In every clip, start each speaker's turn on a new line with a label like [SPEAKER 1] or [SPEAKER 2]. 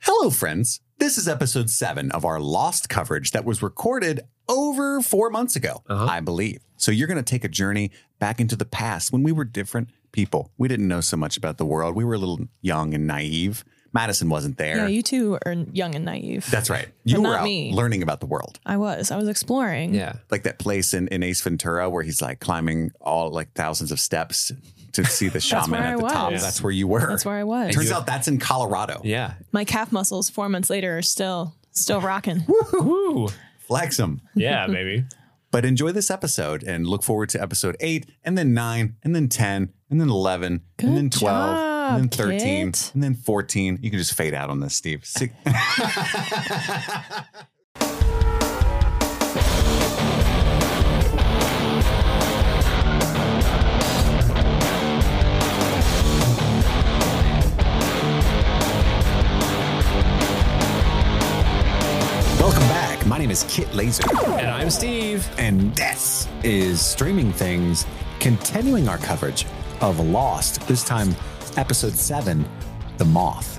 [SPEAKER 1] Hello, friends. This is episode seven of our lost coverage that was recorded over four months ago,
[SPEAKER 2] Uh-huh.
[SPEAKER 1] I believe. So you're going to take a journey back into the past when we were different people. We didn't know so much about the world. We were a little young and naive. Madison wasn't there.
[SPEAKER 3] Yeah, you two are young and naive.
[SPEAKER 1] That's right. You were
[SPEAKER 3] not
[SPEAKER 1] out
[SPEAKER 3] me.
[SPEAKER 1] learning about the world.
[SPEAKER 3] I was. I was exploring.
[SPEAKER 2] Yeah.
[SPEAKER 1] Like that place in, in Ace Ventura where he's like climbing all like thousands of steps to see the shaman
[SPEAKER 3] where
[SPEAKER 1] at
[SPEAKER 3] I
[SPEAKER 1] the top.
[SPEAKER 3] was.
[SPEAKER 1] That's where you were.
[SPEAKER 3] That's where I was.
[SPEAKER 1] Turns out that's in Colorado.
[SPEAKER 2] Yeah.
[SPEAKER 3] My calf muscles four months later are still still rocking.
[SPEAKER 2] Woo.
[SPEAKER 1] Flex 'em.
[SPEAKER 2] Yeah, baby.
[SPEAKER 1] But enjoy this episode and look forward to episode eight, and then nine, and then 10, and then 11, and then
[SPEAKER 3] Good
[SPEAKER 1] 12, and then
[SPEAKER 3] job,
[SPEAKER 1] 13,
[SPEAKER 3] Kit.
[SPEAKER 1] and then 14. You can just fade out on this, Steve. Six- Welcome back. My name is Kit Laser.
[SPEAKER 2] And I'm Steve.
[SPEAKER 4] And this is Streaming Things, continuing our coverage of Lost, this time episode seven, The Moth.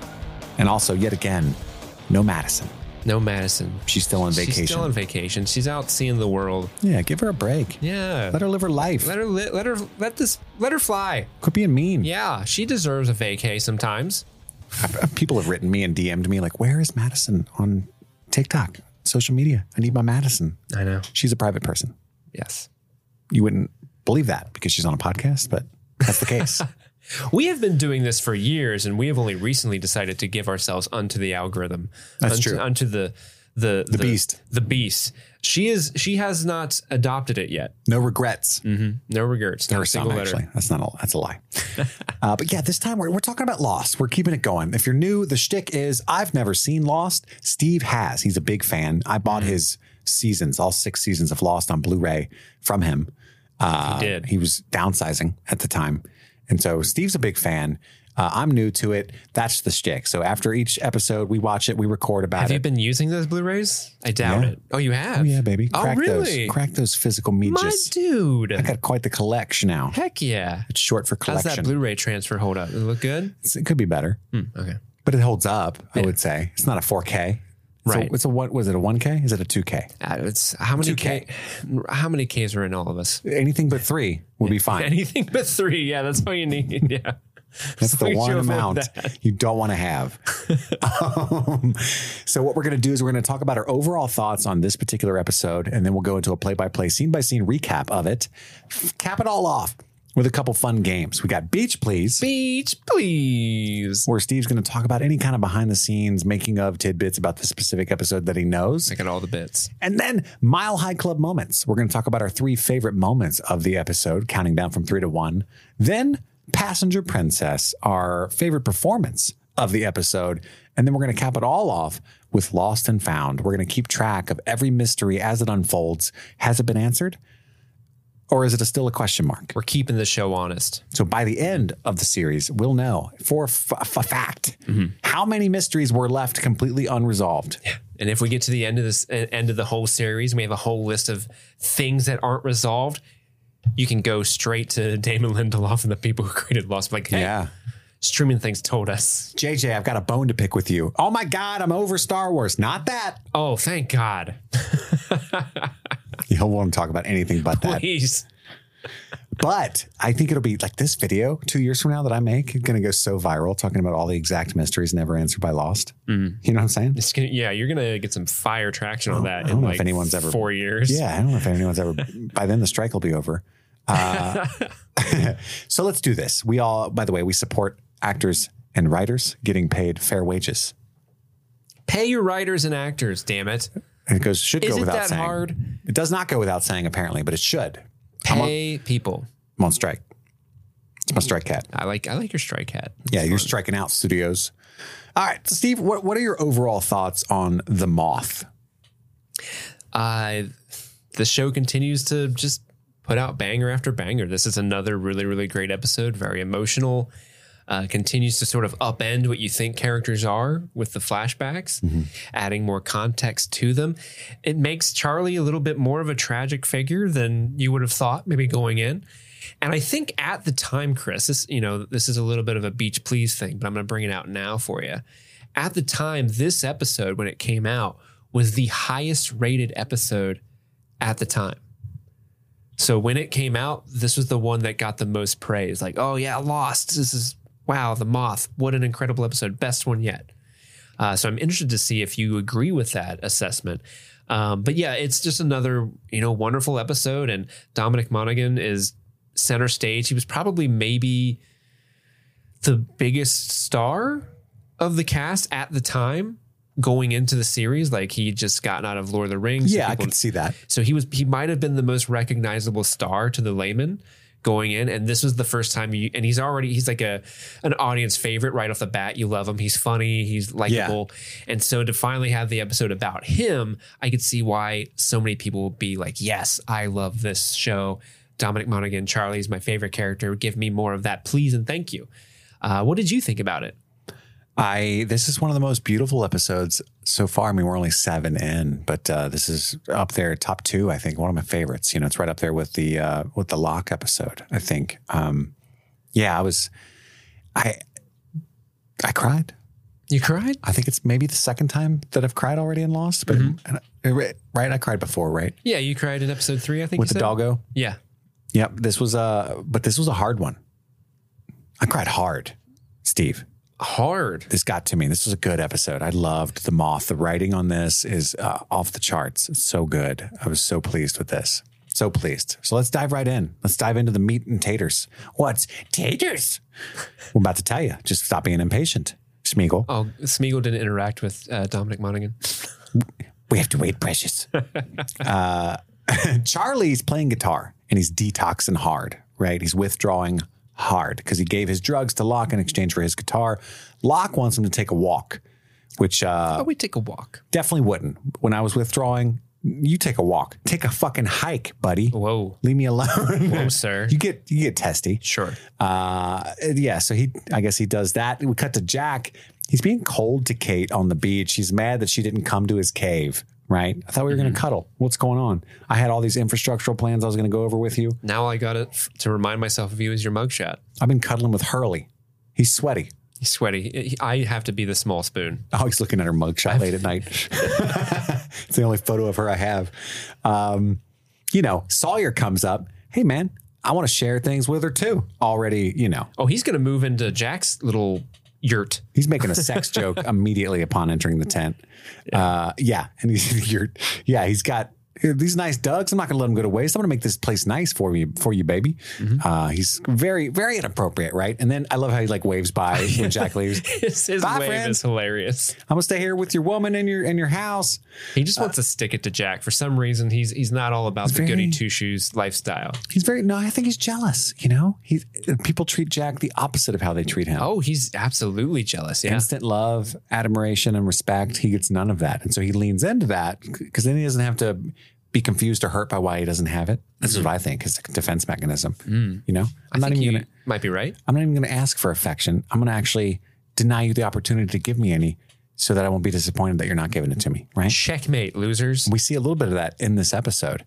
[SPEAKER 4] And also, yet again, no Madison.
[SPEAKER 2] No Madison.
[SPEAKER 4] She's still on vacation.
[SPEAKER 2] She's still on vacation. She's out seeing the world.
[SPEAKER 4] yeah, give her a break.
[SPEAKER 2] Yeah.
[SPEAKER 4] Let her live her life.
[SPEAKER 2] let her li- let her let this let her fly.
[SPEAKER 4] Quit being mean.
[SPEAKER 2] Yeah, she deserves a vacay sometimes.
[SPEAKER 4] Uh, People have written me and DM'd me, like, where is Madison on TikTok, social media? I need my Madison.
[SPEAKER 2] I know.
[SPEAKER 4] She's a private person.
[SPEAKER 2] Yes.
[SPEAKER 4] You wouldn't believe that because she's on a podcast, but that's the case.
[SPEAKER 2] We have been doing this for years, and we have only recently decided to give ourselves unto the algorithm.
[SPEAKER 4] That's
[SPEAKER 2] unto,
[SPEAKER 4] true.
[SPEAKER 2] Unto the the, the
[SPEAKER 4] beast.
[SPEAKER 2] The beast. She is. She has not adopted it yet.
[SPEAKER 4] no regrets.
[SPEAKER 2] No regrets. Not
[SPEAKER 4] There
[SPEAKER 2] a
[SPEAKER 4] are some
[SPEAKER 2] single letter.
[SPEAKER 4] actually. That's not a that's a lie. uh, but yeah, this time we're, we're talking about Lost. We're keeping it going. If you're new, the shtick is I've never seen Lost. Steve has. He's a big fan. I
[SPEAKER 2] Mm.
[SPEAKER 4] bought his seasons, all six seasons of Lost on Blu-ray from him. Uh,
[SPEAKER 2] He did.
[SPEAKER 4] He was downsizing at the time, and so Steve's a big fan. Uh, I'm new to it. That's the shtick. So after each episode, we watch it, we record about
[SPEAKER 2] Have
[SPEAKER 4] it.
[SPEAKER 2] you been using those Blu-rays? I doubt
[SPEAKER 4] Yeah.
[SPEAKER 2] it. Oh, you have.
[SPEAKER 4] oh yeah, baby.
[SPEAKER 2] Oh,
[SPEAKER 4] Crack
[SPEAKER 2] really?
[SPEAKER 4] Those, crack those physical
[SPEAKER 2] My
[SPEAKER 4] meaches.
[SPEAKER 2] dude.
[SPEAKER 4] I got quite the collection now.
[SPEAKER 2] Heck yeah.
[SPEAKER 4] It's short for
[SPEAKER 2] How's
[SPEAKER 4] collection.
[SPEAKER 2] that Blu-ray transfer hold up? Does it look good?
[SPEAKER 4] It's- it could be better.
[SPEAKER 2] Okay.
[SPEAKER 4] but it holds up. I would say it's not a 4K. It's a-
[SPEAKER 2] Right.
[SPEAKER 4] it's a what was it a 1K? Is it a 2K?
[SPEAKER 2] Uh, it's how many
[SPEAKER 4] 2K.
[SPEAKER 2] K? How many Ks are in all of us?
[SPEAKER 4] Anything but three would be fine.
[SPEAKER 2] Anything but three. Yeah, that's all you need. Yeah.
[SPEAKER 4] That's the
[SPEAKER 2] We
[SPEAKER 4] one
[SPEAKER 2] show for
[SPEAKER 4] amount
[SPEAKER 2] that.
[SPEAKER 4] you don't want to have. um, so what we're going to do is we're going to talk about our overall thoughts on this particular episode, and then we'll go into a play-by-play, scene-by-scene recap of it. Cap it all off with a couple fun games. We got Beach Please.
[SPEAKER 2] Beach, please.
[SPEAKER 4] where Steve's going to talk about any kind of behind the scenes making of tidbits about the specific episode that he knows.
[SPEAKER 2] I got all the bits.
[SPEAKER 4] And then Mile High Club moments. We're going to talk about our three favorite moments of the episode, counting down from three to one. Then Passenger Princess, our favorite performance of the episode. And then we're going to cap it all off with Lost and Found. We're going to keep track of every mystery as it unfolds. Has it been answered? Or is it a still a question mark?
[SPEAKER 2] We're keeping the show honest.
[SPEAKER 4] So by the end of the series, we'll know for a f- f- fact how many mysteries were left completely unresolved.
[SPEAKER 2] And if we get to the end of this uh, end of the whole series, and we have a whole list of things that aren't resolved. You can go straight to Damon Lindelof and the people who created Lost. Like, hey,
[SPEAKER 4] yeah.
[SPEAKER 2] streaming things told us.
[SPEAKER 4] JJ, I've got a bone to pick with you. Oh my God, I'm over Star Wars. Not that.
[SPEAKER 2] Oh, thank God.
[SPEAKER 4] You don't want to talk about anything but that.
[SPEAKER 2] Please.
[SPEAKER 4] But I think it'll be like this video two years from now that I make is going to go so viral talking about all the exact mysteries never answered by Lost. You know what I'm saying?
[SPEAKER 2] Mm-hmm. It's gonna, yeah, you're gonna get some fire traction on that.
[SPEAKER 4] I
[SPEAKER 2] in
[SPEAKER 4] don't know
[SPEAKER 2] like
[SPEAKER 4] if anyone's ever-
[SPEAKER 2] four years.
[SPEAKER 4] Yeah, I don't know if anyone's ever. by then, the strike will be over. Uh, so let's do this. We all, by the way, we support actors and writers getting paid fair wages.
[SPEAKER 2] Pay your writers and actors, damn it.
[SPEAKER 4] And it goes should
[SPEAKER 2] Is
[SPEAKER 4] go
[SPEAKER 2] it
[SPEAKER 4] without
[SPEAKER 2] that
[SPEAKER 4] saying.
[SPEAKER 2] hard?
[SPEAKER 4] It does not go without saying, apparently, but it should.
[SPEAKER 2] Pay people.
[SPEAKER 4] I'm on strike. It's my strike cat.
[SPEAKER 2] I like I like your strike hat.
[SPEAKER 4] Yeah, you're striking out studios. All right, Steve, what, what are your overall thoughts on The Moth?
[SPEAKER 2] Uh, the show continues to just put out banger after banger. This is another really, really great episode. Very emotional. Uh, continues to sort of upend what you think characters are with the flashbacks, adding more context to them. It makes Charlie a little bit more of a tragic figure than you would have thought maybe going in. And I think at the time, Chris, this you know this is a little bit of a beach please thing, but I'm going to bring it out now for you. at the time, this episode, when it came out, was the highest rated episode at the time. So when it came out, this was the one that got the most praise. Like, oh yeah, Lost. This is wow, The Moth. What an incredible episode. Best one yet. Uh, so I'm interested to see if you agree with that assessment. Um, but yeah, it's just another you know wonderful episode, and Dominic Monaghan is center stage. He was probably maybe the biggest star of the cast at the time going into the series. Like he had just gotten out of Lord of the Rings. so
[SPEAKER 4] Yeah, I
[SPEAKER 2] people-
[SPEAKER 4] can see that.
[SPEAKER 2] so he was he might have been the most recognizable star to the layman going in, and this was the first time you and he's already he's like a an audience favorite right off the bat. You love him. He's funny. He's likable, and so to finally have the episode about him, I could see why so many people would be like, "Yes, I love this show." Dominic Monaghan, Charlie's my favorite character. Give me more of that, please, and thank you. Uh, what did you think about it?
[SPEAKER 4] I this is one of the most beautiful episodes so far. I mean, we're only seven in, but uh, this is up there, top two. I think one of my favorites. You know, it's right up there with the uh, with the lock episode. I think. Um, yeah, I was, I, I cried.
[SPEAKER 2] You cried?
[SPEAKER 4] I think it's maybe the second time that I've cried already in Lost, but
[SPEAKER 2] Mm-hmm.
[SPEAKER 4] and I- right, I cried before, right?
[SPEAKER 2] Yeah, you cried in episode three. I think
[SPEAKER 4] With
[SPEAKER 2] you
[SPEAKER 4] the
[SPEAKER 2] said?
[SPEAKER 4] doggo.
[SPEAKER 2] Yeah,
[SPEAKER 4] Yep. This was a, but this was a hard one. I cried hard, Steve
[SPEAKER 2] hard.
[SPEAKER 4] this got to me. This was a good episode. I loved the moth. The writing on this is uh, off the charts. It's so good. I was so pleased with this. So pleased. So let's dive right in. Let's dive into the meat and taters. What's taters? I'm about to tell you. Just stop being impatient, Smeagol.
[SPEAKER 2] Oh, Smeagol didn't interact with uh, Dominic Monaghan.
[SPEAKER 4] We have to wait, precious. uh, Charlie's playing guitar and he's detoxing hard, right? He's withdrawing hard because he gave his drugs to Locke in exchange for his guitar. Locke wants him to take a walk, which uh,
[SPEAKER 2] Oh, we take a walk.
[SPEAKER 4] Definitely wouldn't. When I was withdrawing, you take a walk, take a fucking hike, buddy.
[SPEAKER 2] Whoa.
[SPEAKER 4] Leave me alone.
[SPEAKER 2] Whoa, sir.
[SPEAKER 4] you get you get testy.
[SPEAKER 2] Sure.
[SPEAKER 4] Uh, yeah. So he, I guess he does that. We cut to Jack. He's being cold to Kate on the beach. She's mad that she didn't come to his cave. Right. I thought we were going to cuddle. What's going on? I had all these infrastructural plans I was going to go over with you.
[SPEAKER 2] Now I got it to remind myself of you as your mugshot.
[SPEAKER 4] I've been cuddling with Hurley. He's sweaty.
[SPEAKER 2] He's sweaty. I have to be the small spoon.
[SPEAKER 4] Oh, he's looking at her mugshot late at night. it's the only photo of her I have. Um, you know, Sawyer comes up. Hey, man, I want to share things with her too. Already, you know,
[SPEAKER 2] Oh, he's going to move into Jack's little yurt.
[SPEAKER 4] he's making a sex joke immediately upon entering the tent. Uh, yeah, and he's you're, yeah, he's got here, these nice ducks. I'm not going to let them go to waste. I'm going to make this place nice for you, for you, baby. Uh, he's very, very inappropriate, right? And then I love how he like waves by when Jack leaves.
[SPEAKER 2] His, his
[SPEAKER 4] Bye,
[SPEAKER 2] wave
[SPEAKER 4] friend.
[SPEAKER 2] is hilarious.
[SPEAKER 4] I'm going to stay here with your woman and your and your house.
[SPEAKER 2] He just wants to stick it to Jack. For some reason, he's he's not all about the
[SPEAKER 4] very-
[SPEAKER 2] goody two shoes lifestyle.
[SPEAKER 4] He's very no. I think he's jealous. You know, he's people treat Jack the opposite of how they treat him.
[SPEAKER 2] Oh, he's absolutely jealous. Yeah.
[SPEAKER 4] Instant love, admiration, and respect. He gets none of that, and so he leans into that because then he doesn't have to be confused or hurt by why he doesn't have it. This is what I think is a defense mechanism. You know,
[SPEAKER 2] Mm. I
[SPEAKER 4] I'm not even
[SPEAKER 2] think you
[SPEAKER 4] gonna.
[SPEAKER 2] might be right.
[SPEAKER 4] I'm not even gonna ask for affection. I'm gonna actually deny you the opportunity to give me any, so that I won't be disappointed that you're not giving it to me. Right.
[SPEAKER 2] Checkmate, losers.
[SPEAKER 4] We see a little bit of that in this episode.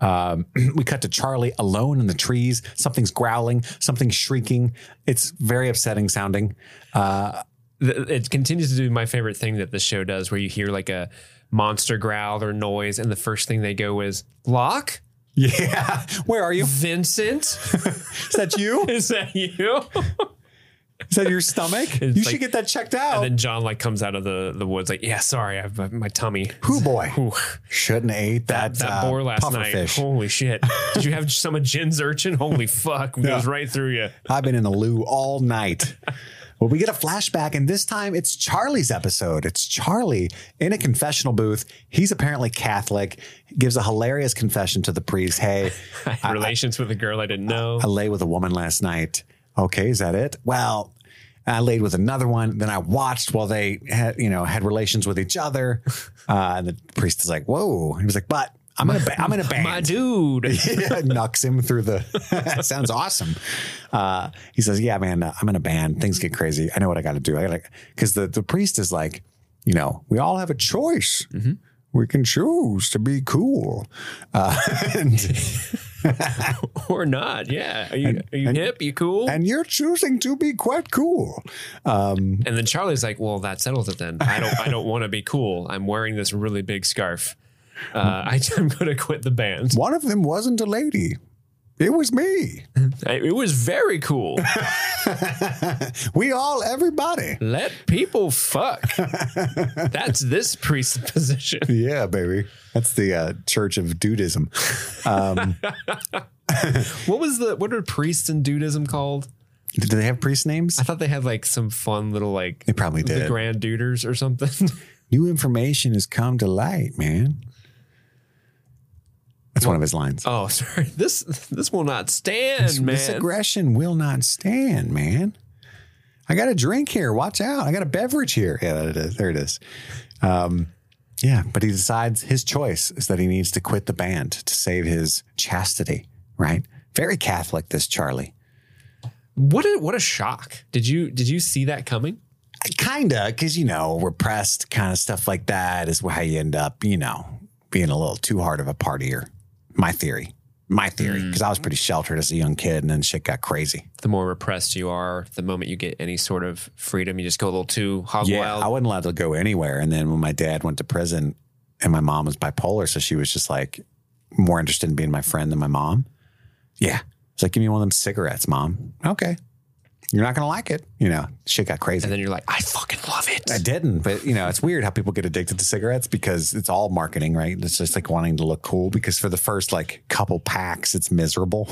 [SPEAKER 4] Um, we cut to Charlie alone in the trees. Something's growling, something's shrieking. It's very upsetting sounding. Uh,
[SPEAKER 2] th- it continues to do my favorite thing that this show does where you hear like a monster growl or noise and the first thing they go is Locke?
[SPEAKER 4] yeah. Where are you?
[SPEAKER 2] Vincent?
[SPEAKER 4] Is that you?
[SPEAKER 2] Is that you?
[SPEAKER 4] Is that your stomach? you
[SPEAKER 2] It's
[SPEAKER 4] should
[SPEAKER 2] like-
[SPEAKER 4] get that checked
[SPEAKER 2] and
[SPEAKER 4] out.
[SPEAKER 2] then John like comes out of the, the woods like, yeah, sorry, I have my, my tummy.
[SPEAKER 4] Hoo boy.
[SPEAKER 2] Ooh,
[SPEAKER 4] Shouldn't have ate that,
[SPEAKER 2] that
[SPEAKER 4] uh,
[SPEAKER 2] boar last
[SPEAKER 4] puffer
[SPEAKER 2] night.
[SPEAKER 4] fish.
[SPEAKER 2] Holy shit. Did you have some of Jin's urchin? Holy fuck. It goes right through you.
[SPEAKER 4] I've been in the loo all night. Well, we get a flashback, and this time it's Charlie's episode. It's Charlie in a confessional booth. He's apparently Catholic, gives a hilarious confession to the priest. Hey,
[SPEAKER 2] I had relations with a girl I didn't know.
[SPEAKER 4] I lay with a woman last night. Okay, is that it? Well, I laid with another one. Then I watched while they had, you know, had relations with each other. Uh, and the priest is like, "Whoa!" He was like, "But I'm in a, ba- I'm in a band."
[SPEAKER 2] my dude.
[SPEAKER 4] Yeah, knocks him through the. that sounds awesome. Uh, he says, "Yeah, man, uh, I'm in a band. Things get crazy. I know what I got to do. I got to because the the priest is like, you know, we all have a choice. We can choose to be cool, uh, and
[SPEAKER 2] or not. Yeah. Are you, are you hip? You cool? And,
[SPEAKER 4] and you're choosing to be quite cool. Um,
[SPEAKER 2] then Charlie's like, well, that settles it then. I don't, I don't want to be cool. I'm wearing this really big scarf. Uh, I, I'm going to quit the band.
[SPEAKER 4] one of them wasn't a lady. It was me.
[SPEAKER 2] I- It was very cool.
[SPEAKER 4] we all, everybody.
[SPEAKER 2] Let people fuck. That's this presupposition.
[SPEAKER 4] Yeah, baby. That's the uh, Church of Dudism. Um,
[SPEAKER 2] What was the what are priests and dudism called?
[SPEAKER 4] did they have priest names?
[SPEAKER 2] I thought they had like some fun little like
[SPEAKER 4] They probably
[SPEAKER 2] the
[SPEAKER 4] did.
[SPEAKER 2] grand duders or something.
[SPEAKER 4] New information has come to light, man. That's one of his lines.
[SPEAKER 2] oh, sorry. This this will not stand, Oh, man.
[SPEAKER 4] This aggression will not stand, man. I got a drink here. Watch out. I got a beverage here. Yeah, that it is. There it is. Um, yeah, but he decides his choice is that he needs to quit the band to save his chastity, right? Very Catholic, this Charlie.
[SPEAKER 2] what a what a shock. Did you did you see that coming?
[SPEAKER 4] Kinda, because, you know, repressed kind of stuff like that is how you end up, you know, being a little too hard of a partier. My theory. My theory.
[SPEAKER 2] Mm.
[SPEAKER 4] Because I was pretty sheltered as a young kid and then shit got crazy.
[SPEAKER 2] The more repressed you are, the moment you get any sort of freedom, you just go a little too hog
[SPEAKER 4] Yeah,
[SPEAKER 2] wild.
[SPEAKER 4] I wasn't allowed to go anywhere. And then when my dad went to prison, and my mom was bipolar, so she was just like more interested in being my friend than my mom. Yeah, it's like give me one of them cigarettes, mom. Okay, you're not gonna like it. You know, shit got crazy.
[SPEAKER 2] and then you're like, I fucking love it.
[SPEAKER 4] I didn't, but you know, it's weird how people get addicted to cigarettes because it's all marketing, right? It's just like wanting to look cool because for the first like couple packs, it's miserable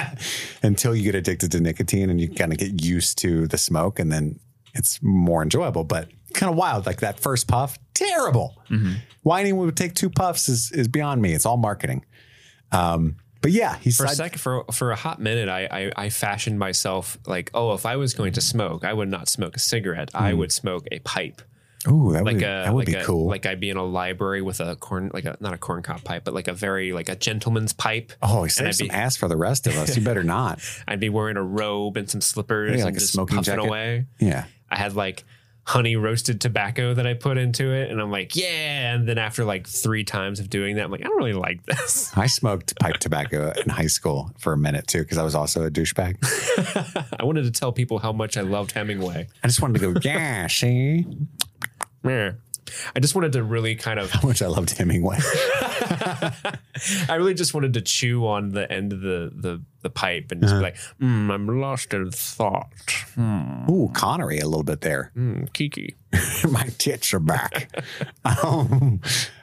[SPEAKER 4] until you get addicted to nicotine and you kind of get used to the smoke and then it's more enjoyable, but kind of wild. Like that first puff, terrible.
[SPEAKER 2] Mm-hmm.
[SPEAKER 4] Why anyone would take two puffs is, is beyond me. It's all marketing. Um, but yeah, he's
[SPEAKER 2] for a second for for a hot minute I, I i fashioned myself like oh if i was going to smoke i would not smoke a cigarette i would smoke a pipe
[SPEAKER 4] Ooh, that
[SPEAKER 2] like
[SPEAKER 4] would,
[SPEAKER 2] a
[SPEAKER 4] Hmm. that would
[SPEAKER 2] like
[SPEAKER 4] be
[SPEAKER 2] a,
[SPEAKER 4] cool.
[SPEAKER 2] like i'd be in a library with a corn like a not a corn cob pipe but like a very like a gentleman's pipe
[SPEAKER 4] oh, he saved
[SPEAKER 2] I'd
[SPEAKER 4] some
[SPEAKER 2] be-
[SPEAKER 4] ass for the rest of us. You better not.
[SPEAKER 2] i'd be wearing a robe and some slippers
[SPEAKER 4] Yeah, like
[SPEAKER 2] and
[SPEAKER 4] a
[SPEAKER 2] just
[SPEAKER 4] smoking
[SPEAKER 2] puffing
[SPEAKER 4] jacket.
[SPEAKER 2] away
[SPEAKER 4] Yeah.
[SPEAKER 2] i had like honey roasted tobacco that i put into it and i'm like yeah and then after like three times of doing that i'm like i don't really like this
[SPEAKER 4] I smoked pipe tobacco in high school for a minute too, because I was also a douchebag.
[SPEAKER 2] i wanted to tell people how much i loved hemingway
[SPEAKER 4] I just wanted to go, yeah, see?
[SPEAKER 2] Meh. i just wanted to really kind of
[SPEAKER 4] How much I loved Hemingway.
[SPEAKER 2] I really just wanted to chew on the end of the the, the pipe and just
[SPEAKER 4] Uh-huh.
[SPEAKER 2] be like, mm, I'm lost in thought.
[SPEAKER 4] Ooh, Connery a little bit there.
[SPEAKER 2] Mm, Kiki,
[SPEAKER 4] My tits are back. um,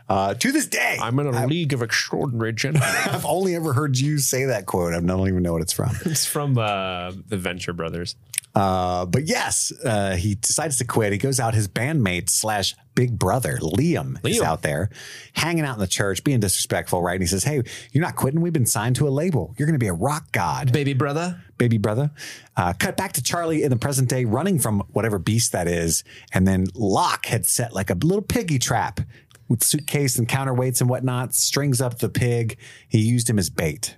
[SPEAKER 4] uh, to this day, i
[SPEAKER 2] I'm in a league of extraordinary gentlemen.
[SPEAKER 4] have only ever heard you say that quote. I don't even know what it's from.
[SPEAKER 2] it's from uh, the Venture Brothers.
[SPEAKER 4] Uh, but yes, uh, he decides to quit. He goes out. His bandmate slash big brother Liam, is
[SPEAKER 2] Liam.
[SPEAKER 4] out there, hanging out in the church, being disrespectful, right? And he says, "Hey, you're not quitting. We've been signed to a label. You're going to be a rock god."
[SPEAKER 2] Baby brother.
[SPEAKER 4] baby brother. Uh, cut back to Charlie in the present day, running from whatever beast that is. And then Locke had set like a little piggy trap with suitcase and counterweights and whatnot, strings up the pig. He used him as bait.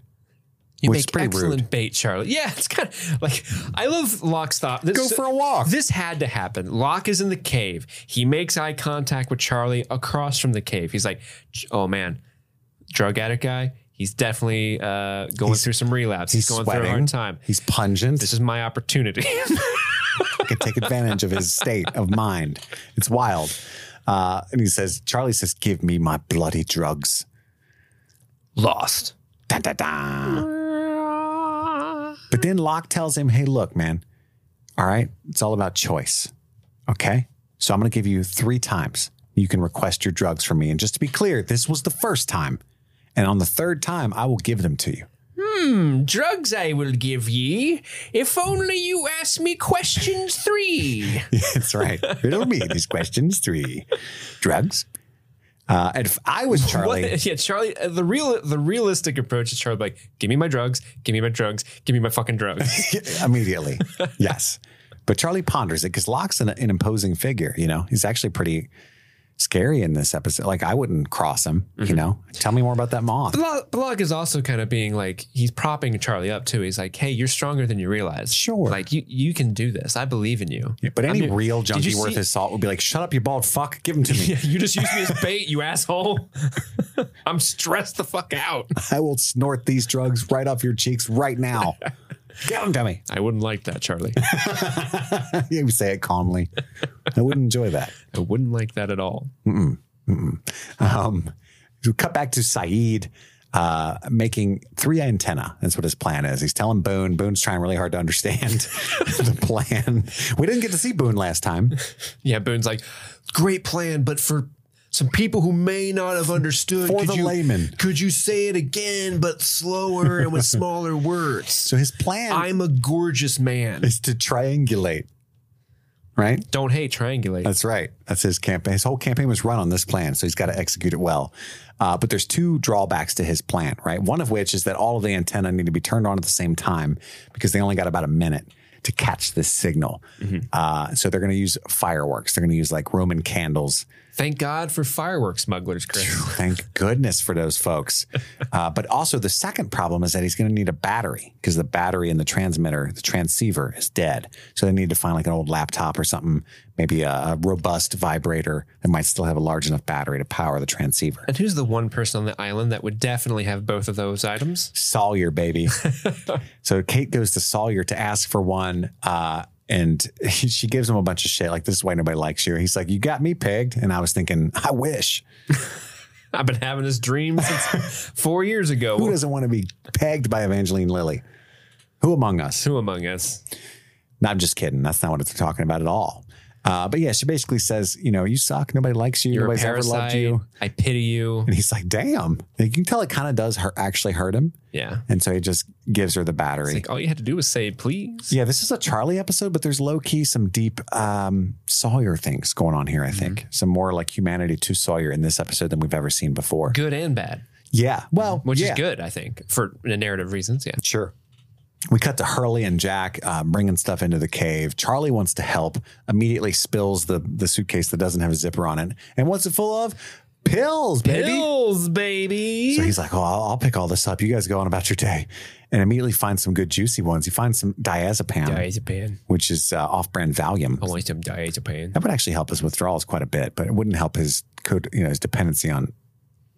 [SPEAKER 2] You
[SPEAKER 4] Which is
[SPEAKER 2] make
[SPEAKER 4] pretty
[SPEAKER 2] excellent bait, Charlie. Yeah, it's kind of like I love Locke. Stop. This,
[SPEAKER 4] Go for a walk.
[SPEAKER 2] This had to happen. Locke is in the cave. He makes eye contact with Charlie across from the cave. He's like, "Oh man, drug addict guy. He's definitely uh, going through some relapse. He's, going through a hard time.
[SPEAKER 4] He's pungent.
[SPEAKER 2] This is my opportunity."
[SPEAKER 4] I can take advantage of his state of mind. It's wild. Uh, and he says, Charlie says, give me my bloody drugs.
[SPEAKER 2] Lost.
[SPEAKER 4] Da, da, da. But then Locke tells him, hey, look, man, all right, it's all about choice. Okay. So I'm going to give you three times you can request your drugs from me. And just to be clear, this was the first time. And on the third time, I will give them to you.
[SPEAKER 2] Drugs I will give ye, if only you ask me question three.
[SPEAKER 4] That's right. Riddle me these questions three drugs. Uh, and if I was Charlie,
[SPEAKER 2] What? Yeah, Charlie. uh, The real, the realistic approach is Charlie like, give me my drugs, give me my drugs, give me my fucking drugs.
[SPEAKER 4] immediately. yes. But Charlie ponders it because Locke's an, an imposing figure, you know? He's actually pretty scary in this episode. Like, I wouldn't cross him,
[SPEAKER 2] Mm-hmm.
[SPEAKER 4] you know? Tell me more about that moth.
[SPEAKER 2] Blog, Blog is also kind of being like he's propping Charlie up too. He's like, hey, you're stronger than you realize.
[SPEAKER 4] Sure.
[SPEAKER 2] like you, you can do this. I believe in you.
[SPEAKER 4] But any
[SPEAKER 2] I mean,
[SPEAKER 4] real
[SPEAKER 2] did
[SPEAKER 4] junkie
[SPEAKER 2] you
[SPEAKER 4] worth
[SPEAKER 2] see-
[SPEAKER 4] his salt would be like, shut up, you bald fuck, give him to me.
[SPEAKER 2] Yeah, you just used me as bait, you asshole. I'm stressed the fuck out.
[SPEAKER 4] I will snort these drugs right off your cheeks right now. Get them to me.
[SPEAKER 2] I wouldn't like that, Charlie.
[SPEAKER 4] you say it calmly. I would enjoy that.
[SPEAKER 2] I wouldn't like that at all.
[SPEAKER 4] Um, we cut back to Saeed uh, making three antenna. That's what his plan is. He's telling Boone. Boone's trying really hard to understand the plan. We didn't get to see Boone last time.
[SPEAKER 2] Yeah, Boone's like, great plan, but for some people who may not have understood,
[SPEAKER 4] For
[SPEAKER 2] could
[SPEAKER 4] the
[SPEAKER 2] you,
[SPEAKER 4] layman.
[SPEAKER 2] could you say it again, but slower and with smaller words?
[SPEAKER 4] So his plan
[SPEAKER 2] I'm a gorgeous man.
[SPEAKER 4] is to triangulate, right?
[SPEAKER 2] Don't hate triangulate.
[SPEAKER 4] That's right. That's his campaign. His whole campaign was run on this plan, so he's got to execute it well. Uh, but there's two drawbacks to his plan, right? One of which is that all of the antenna need to be turned on at the same time because they only got about a minute to catch this signal. Uh, so they're going to use fireworks. They're going to use like Roman candles.
[SPEAKER 2] Thank God for fireworks smugglers, Chris.
[SPEAKER 4] Thank goodness for those folks. Uh, but also, the second problem is that he's going to need a battery because the battery in the transmitter, the transceiver, is dead. So they need to find like an old laptop or something, maybe a, a robust vibrator that might still have a large enough battery to power the transceiver.
[SPEAKER 2] And who's the one person on the island that would definitely have both of those items?
[SPEAKER 4] Sawyer, baby. so Kate goes to Sawyer to ask for one. Uh, and he- she gives him a bunch of shit. Like, this is why nobody likes you. He's like, You got me pegged. And I was thinking, I wish.
[SPEAKER 2] I've been having this dream since four years ago.
[SPEAKER 4] Who doesn't want to be pegged by Evangeline Lilly? Who among us?
[SPEAKER 2] Who among us?
[SPEAKER 4] No, I'm just kidding. That's not what it's talking about at all. Uh, but yeah, she basically says, you know, you suck. Nobody likes you.
[SPEAKER 2] You're a
[SPEAKER 4] Nobody's ever loved
[SPEAKER 2] parasite.
[SPEAKER 4] you.
[SPEAKER 2] I pity you.
[SPEAKER 4] And he's like, damn. Like, you can tell it kind of does hurt, actually hurt him.
[SPEAKER 2] Yeah.
[SPEAKER 4] And so he just gives her the battery.
[SPEAKER 2] It's like all you had to do was say please.
[SPEAKER 4] yeah, this is a Charlie episode, but there's low key some deep um, Sawyer things going on here, I
[SPEAKER 2] Mm-hmm.
[SPEAKER 4] think. Some more like humanity to Sawyer in this episode than we've ever seen before.
[SPEAKER 2] Good and bad.
[SPEAKER 4] Yeah. Well,
[SPEAKER 2] Which
[SPEAKER 4] yeah.
[SPEAKER 2] is good, I think, for narrative reasons. Yeah.
[SPEAKER 4] Sure. We cut to Hurley and Jack uh, bringing stuff into the cave. Charlie wants to help, immediately spills the, the suitcase that doesn't have a zipper on it. And what's it full of? Pills, baby.
[SPEAKER 2] Pills, baby.
[SPEAKER 4] So he's like, oh, I'll, I'll pick all this up. You guys go on about your day. And immediately finds some good juicy ones. He finds some diazepam,
[SPEAKER 2] diazepam.
[SPEAKER 4] which is uh, off brand Valium.
[SPEAKER 2] I want some diazepam.
[SPEAKER 4] That would actually help his withdrawals quite a bit, but it wouldn't help his code, you know, his dependency on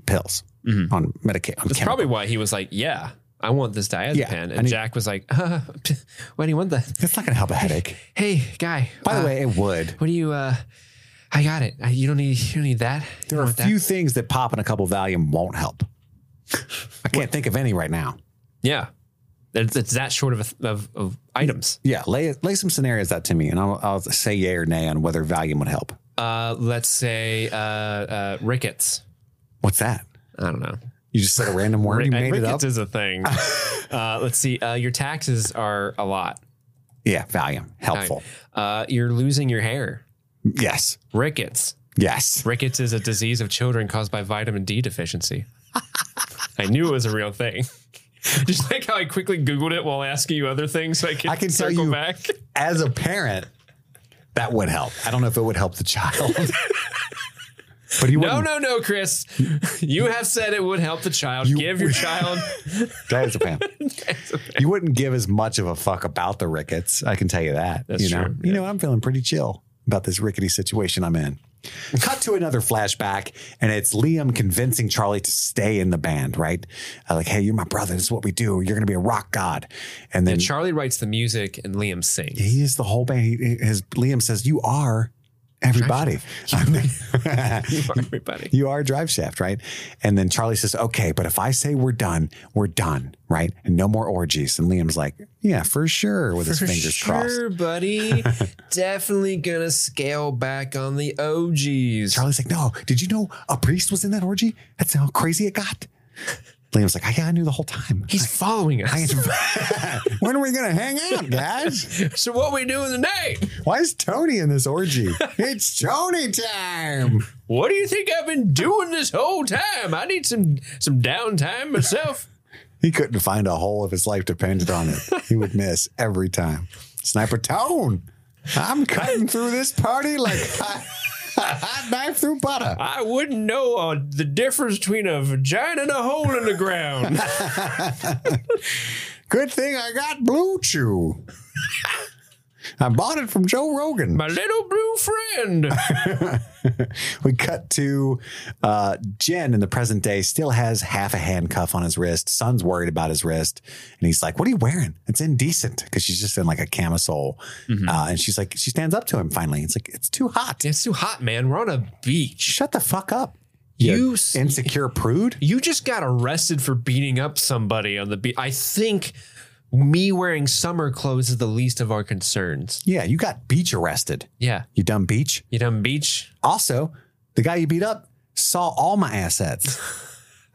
[SPEAKER 4] pills, on Medicaid, on
[SPEAKER 2] That's
[SPEAKER 4] chemicals.
[SPEAKER 2] Mm-hmm. probably why he was like, yeah, I want this diazepam.
[SPEAKER 4] Yeah,
[SPEAKER 2] and
[SPEAKER 4] I need-
[SPEAKER 2] Jack was like, uh, p- why do you want that?
[SPEAKER 4] That's not going to help a headache.
[SPEAKER 2] Hey, guy.
[SPEAKER 4] By the
[SPEAKER 2] uh,
[SPEAKER 4] way, it would.
[SPEAKER 2] what do you, uh, I got it. Uh, you don't need, you don't need that. You
[SPEAKER 4] There
[SPEAKER 2] don't
[SPEAKER 4] are a
[SPEAKER 2] want that.
[SPEAKER 4] few things that popping a couple Valium won't help. I can't think of any right now.
[SPEAKER 2] Yeah. It's, it's that short of, a- of, of items.
[SPEAKER 4] Yeah, lay lay some scenarios out to me, and I'll, I'll say yay or nay on whether Valium would help.
[SPEAKER 2] Uh, let's say, uh, uh, rickets.
[SPEAKER 4] What's that?
[SPEAKER 2] I don't know.
[SPEAKER 4] You just said a random word.
[SPEAKER 2] Rick-
[SPEAKER 4] you
[SPEAKER 2] uh,
[SPEAKER 4] made it up.
[SPEAKER 2] rickets is a thing. uh, let's see. Uh, your taxes are a lot.
[SPEAKER 4] yeah, Valium helpful.
[SPEAKER 2] Uh, you're losing your hair.
[SPEAKER 4] Yes,
[SPEAKER 2] Rickets.
[SPEAKER 4] yes.
[SPEAKER 2] Rickets is a disease of children caused by vitamin D deficiency. I knew it was a real thing. Just like how I quickly Googled it while asking you other things so I could
[SPEAKER 4] I can tell
[SPEAKER 2] circle
[SPEAKER 4] you-
[SPEAKER 2] back.
[SPEAKER 4] As a parent, that would help. I don't know if it would help the child, but you
[SPEAKER 2] No,
[SPEAKER 4] wouldn't.
[SPEAKER 2] no, no, Chris. You have said it would help the child. Give your child.
[SPEAKER 4] That is a fan. you wouldn't give as much of a fuck about the rickets. I can tell you that.
[SPEAKER 2] That's
[SPEAKER 4] you know,
[SPEAKER 2] true,
[SPEAKER 4] you know, I'm feeling pretty chill about this rickety situation I'm in. Cut to another flashback, and it's Liam convincing Charlie to stay in the band. Right, Uh, like, hey, you're my brother. This is what we do. You're gonna be a rock god. And then
[SPEAKER 2] Charlie writes the music and Liam sings.
[SPEAKER 4] he is the whole band. He, he- his Liam says, "You are everybody." I'm like-
[SPEAKER 2] Everybody.
[SPEAKER 4] you are a drive shaft, right? And then Charlie says, okay, but if I say we're done, we're done, right? And no more orgies. And Liam's like, yeah, for sure, with his fingers crossed.
[SPEAKER 2] Sure, buddy. Definitely gonna scale back on the OGs.
[SPEAKER 4] Charlie's like, no, did you know a priest was in that orgy? That's how crazy it got. Liam's like, I, I knew the whole time.
[SPEAKER 2] He's following us.
[SPEAKER 4] when are we going to hang out, guys?
[SPEAKER 2] so what we doing tonight?
[SPEAKER 4] Why is Tony in this orgy? It's Tony time.
[SPEAKER 2] What do you think I've been doing this whole time? I need some some downtime myself.
[SPEAKER 4] He couldn't find a hole if his life depended on it. He would miss every time. Sniper Tone, I'm cutting through this party like hot, hot knife through butter.
[SPEAKER 2] I wouldn't know uh, the difference between a vagina and a hole in the ground.
[SPEAKER 4] Good thing I got Blue Chew. I bought it from Joe Rogan.
[SPEAKER 2] My little blue friend.
[SPEAKER 4] we cut to uh, Jen in the present day, still has half a handcuff on his wrist. Son's worried about his wrist. And he's like, What are you wearing? It's indecent because she's just in like a camisole. Uh, and she's like, She stands up to him finally. It's like, It's too hot.
[SPEAKER 2] it's too hot, man. We're on a beach.
[SPEAKER 4] Shut the fuck up.
[SPEAKER 2] You s-
[SPEAKER 4] insecure prude.
[SPEAKER 2] You just got arrested for beating up somebody on the beach. I think me wearing summer clothes is the least of our concerns.
[SPEAKER 4] Yeah, you got beach arrested.
[SPEAKER 2] Yeah.
[SPEAKER 4] You dumb beach.
[SPEAKER 2] You done beach?
[SPEAKER 4] Also, the guy you beat up saw all my assets.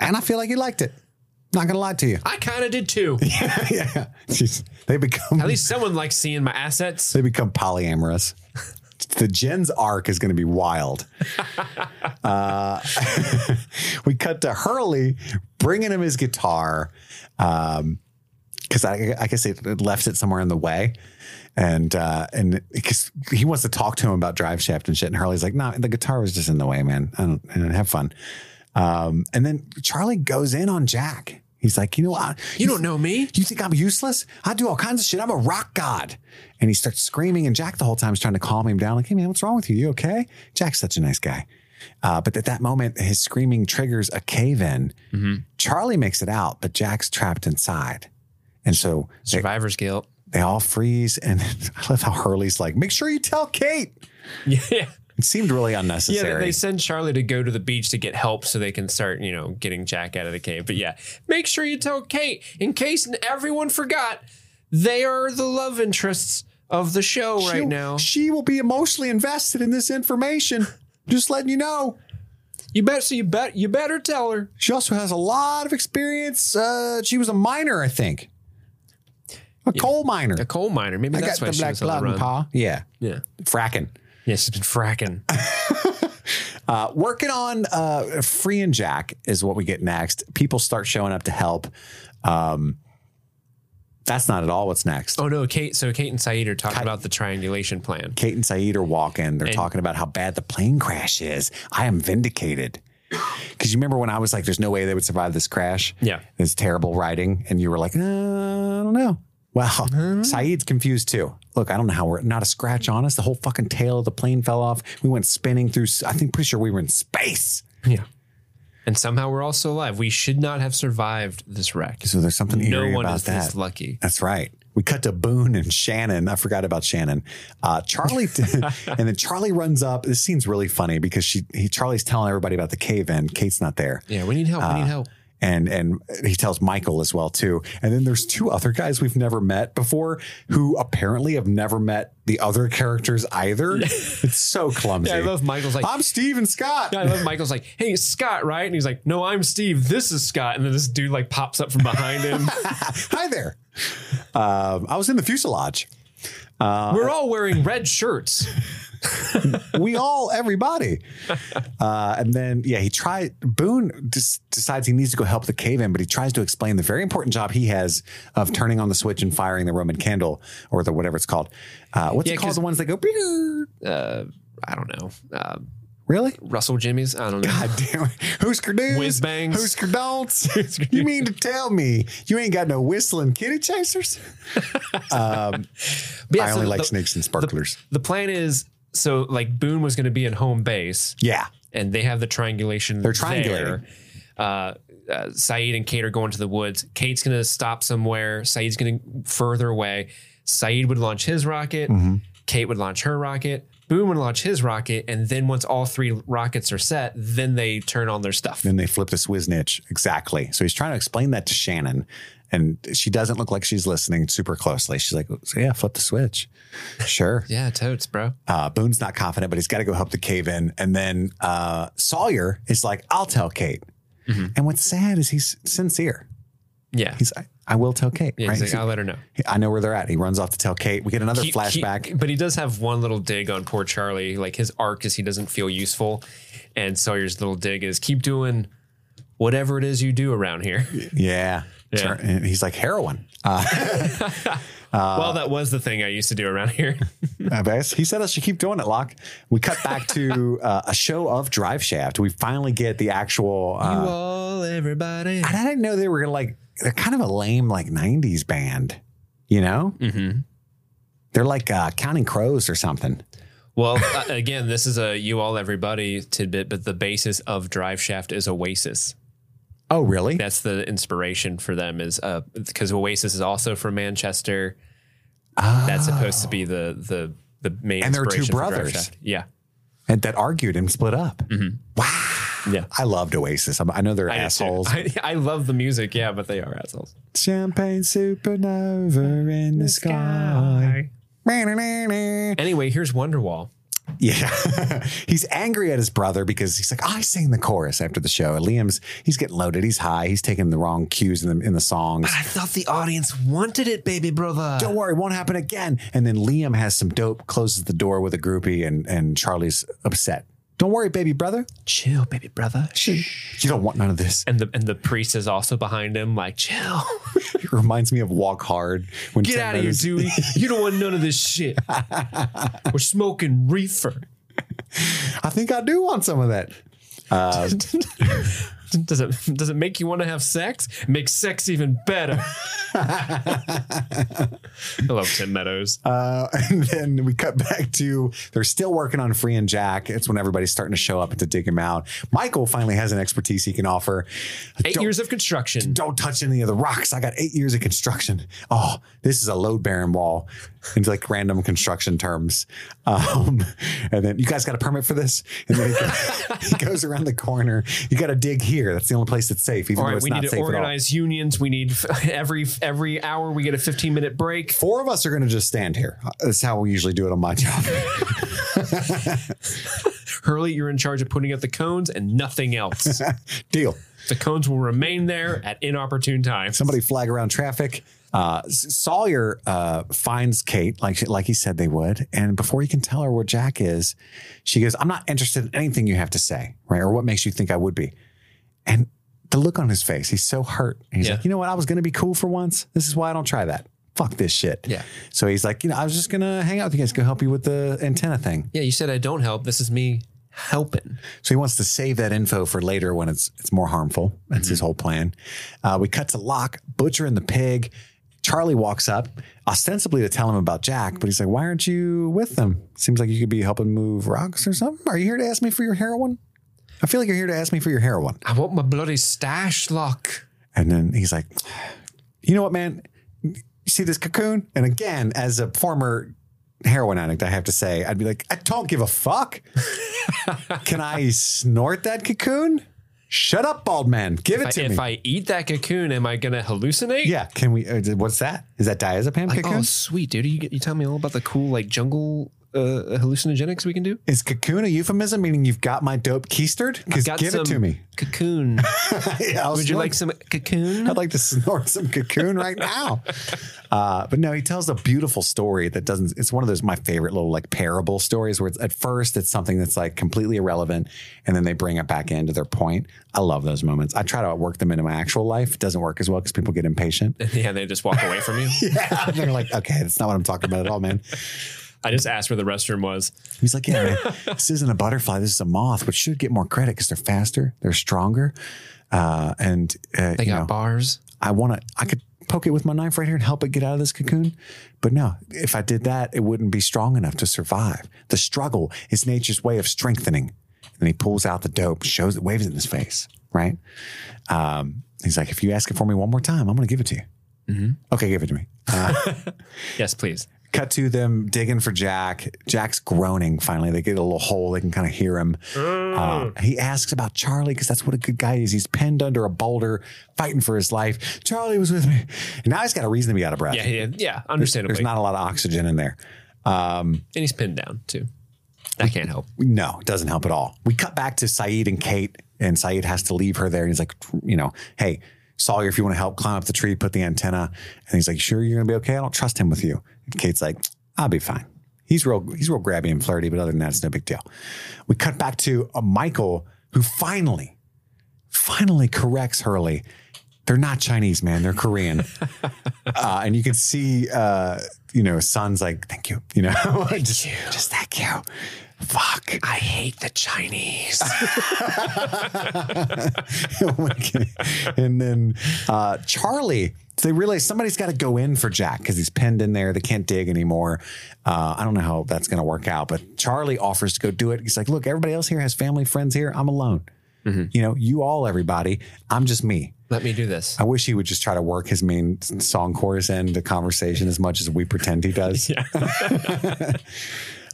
[SPEAKER 4] and I feel like he liked it. Not gonna lie to you.
[SPEAKER 2] I kind of did too.
[SPEAKER 4] yeah. Jeez. They become
[SPEAKER 2] At least someone likes seeing my assets.
[SPEAKER 4] They become polyamorous. the Jen's arc is going to be wild. Uh, we cut to Hurley bringing him his guitar because I, I guess it, it left it somewhere in the way. And uh, and because he wants to talk to him about drive shaft and shit, and Hurley's like, "No, the guitar was just in the way, man. I don't, I don't have fun." Um, and then Charlie goes in on Jack. He's like, "You know what?
[SPEAKER 2] You don't know me.
[SPEAKER 4] You think I'm useless? I do all kinds of shit. I'm a rock god. And he starts screaming, and Jack the whole time is trying to calm him down. Like, hey man, what's wrong with you? You okay? Jack's such a nice guy. Uh, but at that moment, his screaming triggers a cave in.
[SPEAKER 2] Mm-hmm.
[SPEAKER 4] Charlie makes it out, but Jack's trapped inside. And so they,
[SPEAKER 2] Survivor's guilt.
[SPEAKER 4] they all freeze. And I love how Hurley's like, make sure you tell Kate.
[SPEAKER 2] Yeah.
[SPEAKER 4] It seemed really
[SPEAKER 2] Yeah,
[SPEAKER 4] unnecessary.
[SPEAKER 2] they- they send Charlie to go to the beach to get help so they can start, you know, getting Jack out of the cave. But yeah, make sure you tell Kate in case everyone forgot they are the love interests of the show right
[SPEAKER 4] She'll-
[SPEAKER 2] now.
[SPEAKER 4] She will be emotionally invested in this information. Just letting you know.
[SPEAKER 2] You bet. So you bet. You better tell her.
[SPEAKER 4] She also has a lot of experience. Uh, she was a miner, I think. A coal miner.
[SPEAKER 2] A coal miner. Maybe that's why she was on the
[SPEAKER 4] and
[SPEAKER 2] run.
[SPEAKER 4] paw. Yeah.
[SPEAKER 2] Yeah.
[SPEAKER 4] Fracking.
[SPEAKER 2] Yeah. She's been fracking.
[SPEAKER 4] Uh, working on uh, Free and Jack is what we get next. People start showing up to help. Um, that's not at all what's next.
[SPEAKER 2] oh no, Kate. So Kate and Saeed are talking about the triangulation plan.
[SPEAKER 4] Kate and Saeed are walking. They're talking about how bad the plane crash is. I am vindicated. Because you remember when I was like, there's no way they would survive this crash?
[SPEAKER 2] Yeah.
[SPEAKER 4] It's terrible writing. And you were like, uh, I don't know. Well, Saeed's confused too. Look, I don't know how we're not a scratch on us. The whole fucking tail of the plane fell off. We went spinning through, I think, pretty sure we were in space.
[SPEAKER 2] Yeah. And somehow we're all still alive. We should not have survived this wreck.
[SPEAKER 4] So there's something
[SPEAKER 2] No
[SPEAKER 4] eerie
[SPEAKER 2] one
[SPEAKER 4] about
[SPEAKER 2] is
[SPEAKER 4] that.
[SPEAKER 2] this lucky.
[SPEAKER 4] That's right. We cut to Boone and Shannon. I forgot about Shannon. Uh, Charlie, and then Charlie runs up. This scene's really funny because she, he, Charlie's telling everybody about the cave in. Kate's not there,
[SPEAKER 2] Yeah, we need help. we need help.
[SPEAKER 4] and and he tells Michael as well too. And then there's two other guys we've never met before who apparently have never met the other characters either. it's so clumsy.
[SPEAKER 2] Yeah, I love Michael's like.
[SPEAKER 4] I'm Steven Scott.
[SPEAKER 2] Yeah, I love Michael's like, hey, it's Scott, right? And he's like, no, I'm Steve. This is Scott. And then this dude like pops up from behind him.
[SPEAKER 4] Hi there. Um, I was in the fuselage.
[SPEAKER 2] We're all wearing red shirts.
[SPEAKER 4] we all, everybody. Uh, and then, yeah, he tried. Boone des- decides he needs to go help the cave in, but he tries to explain the very important job he has of turning on the switch and firing the Roman candle or the whatever it's called. Uh, what's
[SPEAKER 2] Yeah,
[SPEAKER 4] it called?
[SPEAKER 2] 'cause-
[SPEAKER 4] The ones that go, "Beer."
[SPEAKER 2] Uh, I don't know. Uh,
[SPEAKER 4] really?
[SPEAKER 2] Russell Jimmy's? I don't know.
[SPEAKER 4] God damn it. Hoosker doos.
[SPEAKER 2] Whiz bangs.
[SPEAKER 4] Hoosker don'ts. you mean to tell me you ain't got no whistling kitty chasers?
[SPEAKER 2] But yeah,
[SPEAKER 4] I
[SPEAKER 2] so
[SPEAKER 4] only
[SPEAKER 2] the-
[SPEAKER 4] like snakes and sparklers.
[SPEAKER 2] The plan is so like Boone was going to be in home base,
[SPEAKER 4] yeah.
[SPEAKER 2] and they have the triangulation.
[SPEAKER 4] They're triangulating.
[SPEAKER 2] there. Uh, uh, Saeed and Kate are going to the woods. Kate's going to stop somewhere. Saeed's going to further away. Saeed would launch his rocket.
[SPEAKER 4] Mm-hmm.
[SPEAKER 2] Kate would launch her rocket. Boone would launch his rocket, and then once all three rockets are set, then they turn on their stuff.
[SPEAKER 4] Then they flip the Swiznitch. Exactly. So he's trying to explain that to Shannon. And she doesn't look like she's listening super closely. She's like, so yeah, flip the switch. Sure.
[SPEAKER 2] Yeah, totes, bro.
[SPEAKER 4] Uh, Boone's not confident, but he's got to go help the cave in. And then uh, Sawyer is like, I'll tell Kate.
[SPEAKER 2] Mm-hmm.
[SPEAKER 4] And what's sad is he's sincere.
[SPEAKER 2] Yeah,
[SPEAKER 4] He's, I, I will tell Kate.
[SPEAKER 2] yeah.
[SPEAKER 4] right?
[SPEAKER 2] He's like, I'll let her know.
[SPEAKER 4] I know where they're at. He runs off to tell Kate. We get another
[SPEAKER 2] He-
[SPEAKER 4] flashback.
[SPEAKER 2] he- but he does have one little dig on poor Charlie. Like his arc is he doesn't feel useful, and Sawyer's little dig is keep doing whatever it is you do around here.
[SPEAKER 4] yeah.
[SPEAKER 2] Yeah.
[SPEAKER 4] Turn- and he's like, heroin.
[SPEAKER 2] well, that was the thing I used to do around here.
[SPEAKER 4] I guess. Uh, He said I should keep doing it, Locke. We cut back to uh, a show of Drive Shaft. We finally get the actual. Uh,
[SPEAKER 2] all everybody.
[SPEAKER 4] and I didn't know they were like, they're kind of a lame, like 90s band, you know?
[SPEAKER 2] Mm-hmm.
[SPEAKER 4] They're like uh, counting crows or something.
[SPEAKER 2] Well, uh, again, this is a you all everybody tidbit, but the basis of Drive Shaft is Oasis.
[SPEAKER 4] Oh, really?
[SPEAKER 2] That's the inspiration for them is uh because Oasis is also from Manchester. That's supposed to be the the the main
[SPEAKER 4] And they're two
[SPEAKER 2] inspiration for Drive
[SPEAKER 4] brothers.
[SPEAKER 2] Shaft. Yeah,
[SPEAKER 4] and that argued and split up.
[SPEAKER 2] yeah.
[SPEAKER 4] I loved Oasis. I'm- I know they're
[SPEAKER 2] I do too.
[SPEAKER 4] assholes.
[SPEAKER 2] I, I love the music, yeah, but they are assholes.
[SPEAKER 4] Champagne supernova in the sky.
[SPEAKER 2] Anyway, here's Wonderwall.
[SPEAKER 4] Yeah. he's angry at his brother because he's like, I sang the chorus after the show. And Liam's, he's getting loaded. He's high. He's taking the wrong cues in the, in the songs.
[SPEAKER 2] I thought the audience wanted it, baby brother.
[SPEAKER 4] Don't worry, it won't happen again. And then Liam has some dope, closes the door with a groupie, and, and Charlie's upset. Don't worry, baby brother.
[SPEAKER 2] chill, baby brother.
[SPEAKER 4] You don't want none of this.
[SPEAKER 2] And the and the priest is also behind him, like chill.
[SPEAKER 4] It reminds me of Walk Hard. When
[SPEAKER 2] Get
[SPEAKER 4] Tim
[SPEAKER 2] out of here,
[SPEAKER 4] Meadows-
[SPEAKER 2] Dewey. You don't want none of this shit. We're smoking reefer.
[SPEAKER 4] I think I do want some of that.
[SPEAKER 2] Does it does it make you want to have sex? Makes sex even better. I love Tim Meadows.
[SPEAKER 4] Uh, and then we cut back to they're still working on Free and Jack. It's when everybody's starting to show up and to dig him out. Michael finally has an expertise he can offer.
[SPEAKER 2] 8
[SPEAKER 4] don't,
[SPEAKER 2] years of construction.
[SPEAKER 4] don't touch any of the rocks. I got eight years of construction. Oh, this is a load bearing wall. It's like random construction terms. Um, and then you guys got a permit for this? And then he, go- he goes around the corner. You got to dig here. That's the only place that's safe, even
[SPEAKER 2] All
[SPEAKER 4] though
[SPEAKER 2] right,
[SPEAKER 4] it's
[SPEAKER 2] we
[SPEAKER 4] not
[SPEAKER 2] need to
[SPEAKER 4] safe at all.
[SPEAKER 2] organize unions. We need f- every every hour we get a 15 minute break.
[SPEAKER 4] Four of us are going to just stand here. Uh, That's how we usually do it on my job.
[SPEAKER 2] Hurley, you're in charge of putting up the cones and nothing else.
[SPEAKER 4] Deal.
[SPEAKER 2] the cones will remain there at inopportune times.
[SPEAKER 4] somebody flag around traffic. Uh, S- Sawyer uh, finds Kate like she, like he said they would, and before he can tell her where Jack is, she goes, "I'm not interested in anything you have to say, right? Or what makes you think I would be?" And the look on his face, he's so hurt. And he's
[SPEAKER 2] Yeah.
[SPEAKER 4] like, "You know what? I was going to be cool for once. This is why I don't try that. Fuck this shit."
[SPEAKER 2] Yeah.
[SPEAKER 4] So he's like, "You know, I was just going to hang out with you guys, go help you with the antenna thing."
[SPEAKER 2] Yeah, you said I don't help. This is me helping.
[SPEAKER 4] So he wants to save that info for later when it's it's more harmful. That's his whole plan. Uh, we cut to Locke butchering the pig. Charlie walks up ostensibly to tell him about Jack, but he's like, "Why aren't you with them? Seems like you could be helping move rocks or something. Are you here to ask me for your heroin? I feel like you're here to ask me for your heroin."
[SPEAKER 2] I want my bloody stash lock.
[SPEAKER 4] And then he's like, "You know what, man? You see this cocoon?" And again, as a former heroin addict, I have to say, I'd be like, "I don't give a fuck. Can I snort that cocoon? Shut up, bald man. Give it
[SPEAKER 2] If,
[SPEAKER 4] to
[SPEAKER 2] I,
[SPEAKER 4] me."
[SPEAKER 2] if I eat that cocoon, am I gonna hallucinate?
[SPEAKER 4] yeah. Can we? Uh, what's that? Is that diazepam
[SPEAKER 2] Like,
[SPEAKER 4] cocoon?
[SPEAKER 2] oh, sweet, dude. You, you tell me all about the cool like jungle uh, hallucinogenics we can do.
[SPEAKER 4] Is cocoon a euphemism meaning you've got my dope keistered? Because
[SPEAKER 2] Got
[SPEAKER 4] give
[SPEAKER 2] some
[SPEAKER 4] it to me.
[SPEAKER 2] Cocoon.
[SPEAKER 4] Yeah, I'll
[SPEAKER 2] Would you
[SPEAKER 4] snort
[SPEAKER 2] like some cocoon?
[SPEAKER 4] I'd like to snort some cocoon right now. Uh, but no, he tells a beautiful story that doesn't, it's one of those, my favorite little like parable stories where it's, at first it's something that's like completely irrelevant and then they bring it back into their point. I love those moments. I try to work them into my actual life. It doesn't work as well because people get impatient.
[SPEAKER 2] yeah, they just walk away from you.
[SPEAKER 4] Yeah. They're like, okay, that's not what I'm talking about at all, man.
[SPEAKER 2] I just asked where the restroom was.
[SPEAKER 4] He's like, yeah, man, this isn't a butterfly. This is a moth, which should get more credit because they're faster, they're stronger. Uh, and uh,
[SPEAKER 2] They
[SPEAKER 4] you
[SPEAKER 2] got
[SPEAKER 4] know,
[SPEAKER 2] bars.
[SPEAKER 4] I want to, I could poke it with my knife right here and help it get out of this cocoon. But no, if I did that, it wouldn't be strong enough to survive. The struggle is nature's way of strengthening. And he pulls out the dope, shows it, waves it in his face, right? Um, he's like, if you ask it for me one more time, I'm going to give it to you. Okay, give it to me.
[SPEAKER 2] Yes, please.
[SPEAKER 4] Cut to them digging for Jack. Jack's groaning finally. They get a little hole. They can kind of hear him. Uh, he asks about Charlie because that's what a good guy is. He's pinned under a boulder, fighting for his life. Charlie was with me. And now he's got a reason to be out of breath.
[SPEAKER 2] Yeah, yeah, yeah
[SPEAKER 4] There's
[SPEAKER 2] understandably.
[SPEAKER 4] not a lot of oxygen in there.
[SPEAKER 2] and he's pinned down too. That can't help.
[SPEAKER 4] No, it doesn't help at all. We cut back to Saeed and Kate, and Saeed has to leave her there. And he's like, you know, hey, Sawyer, if you want to help climb up the tree, put the antenna. And he's like, sure, you're going to be okay. I don't trust him with you. And Kate's like, I'll be fine. He's real, he's real grabby and flirty, but other than that, it's no big deal. We cut back to uh, Michael, who finally, finally corrects Hurley. They're not Chinese, man. They're Korean. uh, and you can see, uh, you know, Son's like, thank you, you know, just, just thank you. Fuck.
[SPEAKER 2] I hate the Chinese.
[SPEAKER 4] Okay. Oh and then uh, Charlie. So they realize somebody's got to go in for Jack because he's pinned in there. They can't dig anymore. Uh, I don't know how that's going to work out, but Charlie offers to go do it. He's like, "Look, everybody else here has family, friends here. I'm alone.
[SPEAKER 2] Mm-hmm.
[SPEAKER 4] You know, you all, everybody. I'm just me.
[SPEAKER 2] Let me do this.
[SPEAKER 4] I wish he would just try to work his main song chorus into conversation as much as we pretend he does.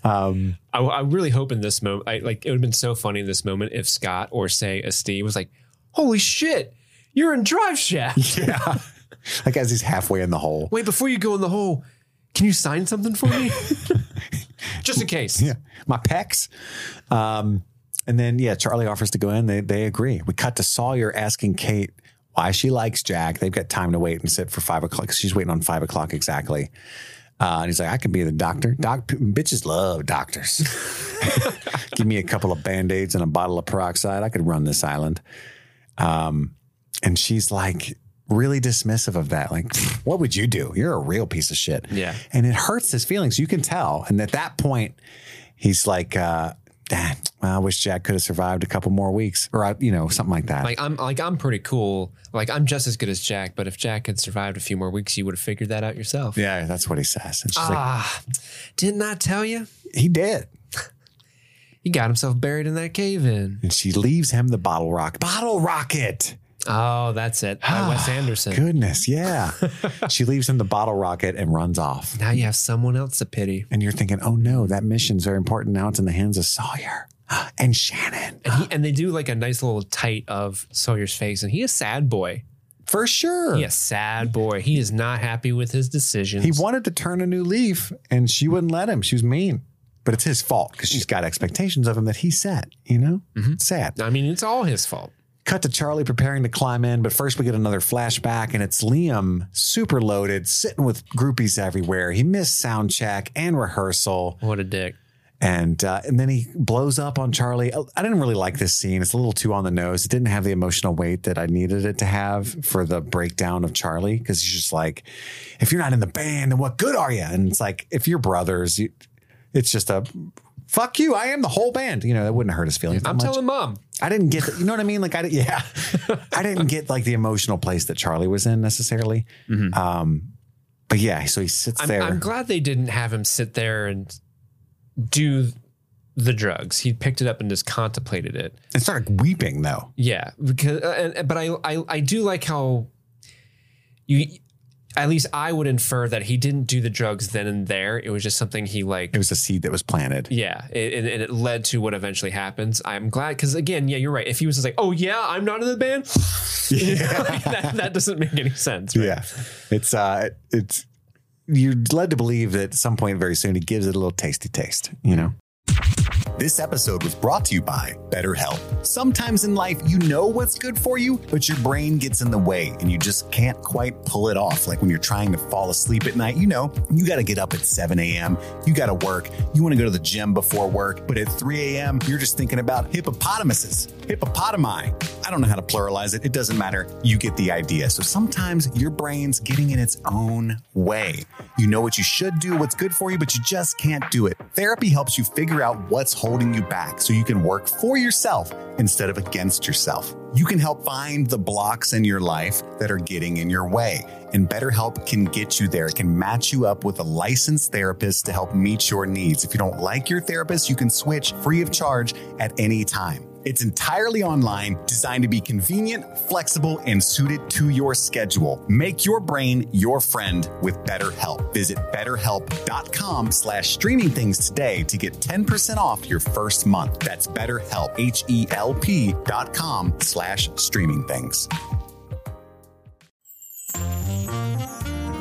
[SPEAKER 2] I, I really hope in this moment, I, like it would have been so funny in this moment if Scott or say a Steve was like, "Holy shit, you're in drive shaft."
[SPEAKER 4] yeah. Like as he's halfway in the hole.
[SPEAKER 2] Wait, before you go in the hole, can you sign something for me? Just in case.
[SPEAKER 4] yeah, my pecs. Um, and then yeah, Charlie offers to go in. They they agree. We cut to Sawyer asking Kate why she likes Jack. They've got time to wait and sit for five o'clock. 'cause She's waiting on five o'clock exactly. Uh, and he's like, I could be the doctor. Doc, bitches love doctors. Give me a couple of band aids and a bottle of peroxide. I could run this island. Um, and she's like, really dismissive of that. Like, what would you do? You're a real piece of shit.
[SPEAKER 2] Yeah.
[SPEAKER 4] And it hurts his feelings. You can tell. And at that point, he's like, uh, "Damn, well, I wish Jack could have survived a couple more weeks or, uh, you know, something like that.
[SPEAKER 2] Like I'm like I'm pretty cool. Like I'm just as good as Jack, but if Jack had survived a few more weeks, you would have figured that out yourself.
[SPEAKER 4] yeah, that's what he says. And she's
[SPEAKER 2] Ah, didn't I tell you?
[SPEAKER 4] like, he did.
[SPEAKER 2] He got himself buried in that cave in.
[SPEAKER 4] And she leaves him the bottle rock. Bottle rocket.
[SPEAKER 2] Oh, that's it.
[SPEAKER 4] Ah,
[SPEAKER 2] By Wes Anderson.
[SPEAKER 4] Goodness. Yeah. she leaves him the bottle rocket and runs off.
[SPEAKER 2] Now you have someone else to pity.
[SPEAKER 4] And you're thinking, oh no, that mission's very important. Now it's in the hands of Sawyer and Shannon.
[SPEAKER 2] And, he, and they do like a nice little tight of Sawyer's face, and he is sad boy.
[SPEAKER 4] For sure.
[SPEAKER 2] He a sad boy. He is not happy with his decisions.
[SPEAKER 4] He wanted to turn a new leaf and she wouldn't let him. She was mean. But it's his fault because she's got expectations of him that he set, you know? Sad.
[SPEAKER 2] I mean, it's all his fault.
[SPEAKER 4] Cut to Charlie preparing to climb in, but first we get another flashback and it's Liam super loaded, sitting with groupies everywhere. He missed sound check and rehearsal.
[SPEAKER 2] What a dick.
[SPEAKER 4] and uh, and then he blows up on Charlie. Oh, I I didn't really like this scene. It's a little too on the nose. It didn't have the emotional weight that I needed it to have for the breakdown of Charlie because he's just like, if you're not in the band, then what good are you? And it's like, if you're brothers, you, it's just a fuck you. I am the whole band. You know, that wouldn't hurt his feelings. that
[SPEAKER 2] I'm
[SPEAKER 4] much.
[SPEAKER 2] telling mom.
[SPEAKER 4] I didn't get, the, you know what I mean? Like I, di- yeah, I didn't get like the emotional place that Charlie was in necessarily. Um, but yeah, so he sits
[SPEAKER 2] Mm-hmm. I'm,
[SPEAKER 4] there.
[SPEAKER 2] I'm glad they didn't have him sit there and do the drugs. He picked it up and just contemplated it.
[SPEAKER 4] and started weeping though.
[SPEAKER 2] Yeah, because uh, and, but I, I I do like how you at least I would infer that he didn't do the drugs then and there. It was just something he like.
[SPEAKER 4] It was a seed that was planted.
[SPEAKER 2] Yeah, it, and, and it led to what eventually happens. I'm glad because again, yeah, you're right. If he was just like, "Oh yeah, I'm not in the band," like, that, that doesn't make any sense. right?
[SPEAKER 4] Yeah. It's uh it's you're led to believe that at some point very soon he gives it a little tasty taste, you know.
[SPEAKER 1] This episode was brought to you by BetterHelp. Sometimes in life, you know what's good for you, but your brain gets in the way and you just can't quite pull it off. Like when you're trying to fall asleep at night, you know, you got to get up at 7 a.m., you got to work, you want to go to the gym before work, but at 3 a.m., you're just thinking about hippopotamuses, hippopotami. I don't know how to pluralize it, it doesn't matter. You get the idea. So sometimes your brain's getting in its own way. You know what you should do, what's good for you, but you just can't do it. Therapy helps you figure out what's holding you back so you can work for yourself instead of against yourself. You can help find the blocks in your life that are getting in your way. And BetterHelp can get you there. It can match you up with a licensed therapist to help meet your needs. If you don't like your therapist, you can switch free of charge at any time. It's entirely online, designed to be convenient, flexible, and suited to your schedule. Make your brain your friend with BetterHelp. Visit betterhelp.com slash streaming things today to get 10% off your first month. That's betterhelp, H-E-L-P dot com slash streaming things.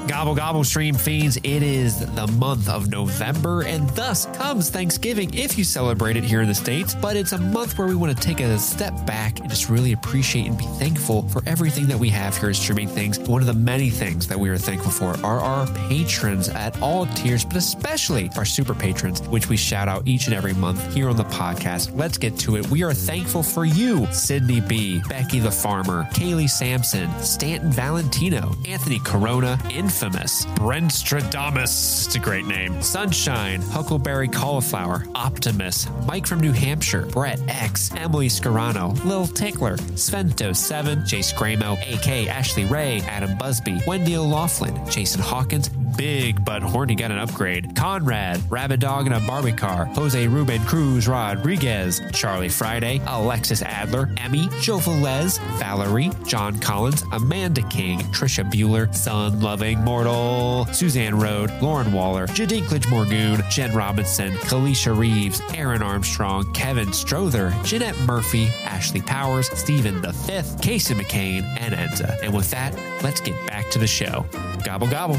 [SPEAKER 2] Gobble gobble stream fiends, it is the month of November and thus comes Thanksgiving if you celebrate it here in the States. But it's a month where we want to take a step back and just really appreciate and be thankful for everything that we have here at Streaming Things. One of the many things that we are thankful for are our patrons at all tiers, but especially our super patrons, which we shout out each and every month here on the podcast. Let's get to it. We are thankful for you, Sydney B, Becky the Farmer, Kaylee Sampson, Stanton Valentino, Anthony Corona, Info. Optimus, Brenstradamus, it's a great name, Sunshine, Huckleberry Cauliflower, Optimus, Mike from New Hampshire, Brett X, Emily Scarano, Lil Tickler, Svento7, Jace Gramo, AK Ashley Ray, Adam Busby, Wendy O'Laughlin, Jason Hawkins, Big But Horny got an upgrade, Conrad, Rabid Dog in a Barbie Car, Jose Ruben Cruz Rodriguez, Charlie Friday, Alexis Adler, Emmy, Joe Velez, Valerie, John Collins, Amanda King, Trisha Bueller, Sun Loving Mortal, Suzanne Rode, Lauren Waller, Jadinklage Morgoon, Jen Robinson, Kalisha Reeves, Aaron Armstrong, Kevin Strother, Jeanette Murphy, Ashley Powers, Stephen the Fifth, Casey McCain, and Enza. And with that, let's get back to the show. Gobble gobble.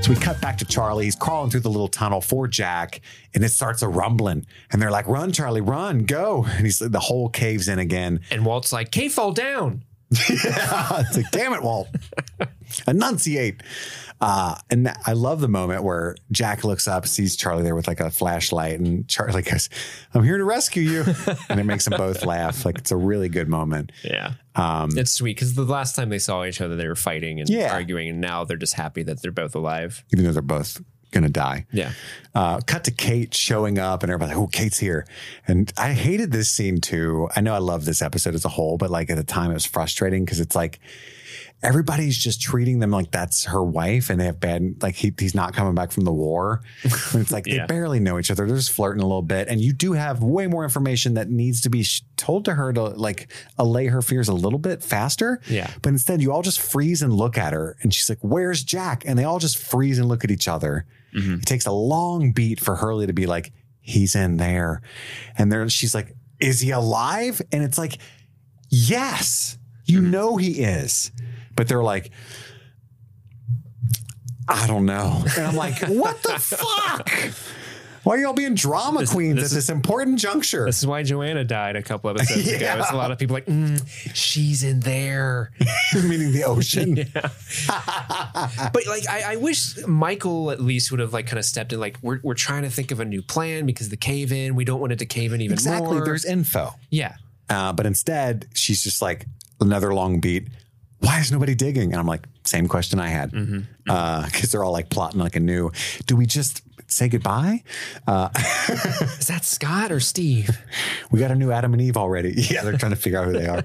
[SPEAKER 4] So we cut back to Charlie. He's crawling through the little tunnel for Jack, and it starts a rumbling. And they're like, "Run, Charlie, run, go!" And he's the whole caves in again.
[SPEAKER 2] And Walt's like, K fall down.
[SPEAKER 4] it's like, "Damn it, Walt, enunciate." Uh, and that- I love the moment where Jack looks up, sees Charlie there with like a flashlight, and Charlie goes, "I'm here to rescue you," and it makes them both laugh. Like it's a really good moment.
[SPEAKER 2] Yeah.
[SPEAKER 4] Um,
[SPEAKER 2] It's sweet because the last time they saw each other, they were fighting and
[SPEAKER 4] Yeah.
[SPEAKER 2] arguing, and now they're just happy that they're both alive.
[SPEAKER 4] even though they're both gonna die.
[SPEAKER 2] Yeah.
[SPEAKER 4] Uh, cut to Kate showing up, and everybody's like, "Oh, Kate's here!" And I hated this scene too. I know I love this episode as a whole, but like at the time, it was frustrating because it's like everybody's just treating them like that's her wife, and they have bad like he, he's not coming back from the war. And it's like
[SPEAKER 2] Yeah.
[SPEAKER 4] they barely know each other; they're just flirting a little bit, and you do have way more information that needs to be sh- told to her to like allay her fears a little bit faster.
[SPEAKER 2] Yeah.
[SPEAKER 4] But instead, you all just freeze and look at her, and she's like, "Where's Jack?" And they all just freeze and look at each other.
[SPEAKER 2] Mm-hmm.
[SPEAKER 4] It takes a long beat for Hurley to be like, "He's in there," and there she's like, "Is he alive?" And it's like, "Yes, you
[SPEAKER 2] Mm-hmm.
[SPEAKER 4] know he is," but they're like. I don't know. And I'm like, what the fuck? Why are y'all being drama queens
[SPEAKER 2] this
[SPEAKER 4] at this important juncture?
[SPEAKER 2] This is why Joanna died a couple episodes
[SPEAKER 4] Yeah.
[SPEAKER 2] ago. It's a lot of people like, mm, she's in there.
[SPEAKER 4] meaning the ocean.
[SPEAKER 2] but like, I, I wish Michael at least would have like kind of stepped in. Like, we're, we're trying to think of a new plan because the cave in, we don't want it to cave in even
[SPEAKER 4] Exactly.
[SPEAKER 2] more.
[SPEAKER 4] There's info.
[SPEAKER 2] yeah.
[SPEAKER 4] Uh, but instead, she's just like another long beat. Why is nobody digging? And I'm like, same question I had. Because they're all like plotting like a new, do we just say goodbye?
[SPEAKER 2] Is that Scott or Steve?
[SPEAKER 4] We got a new Adam and Eve already. Yeah, they're trying to figure out who they are.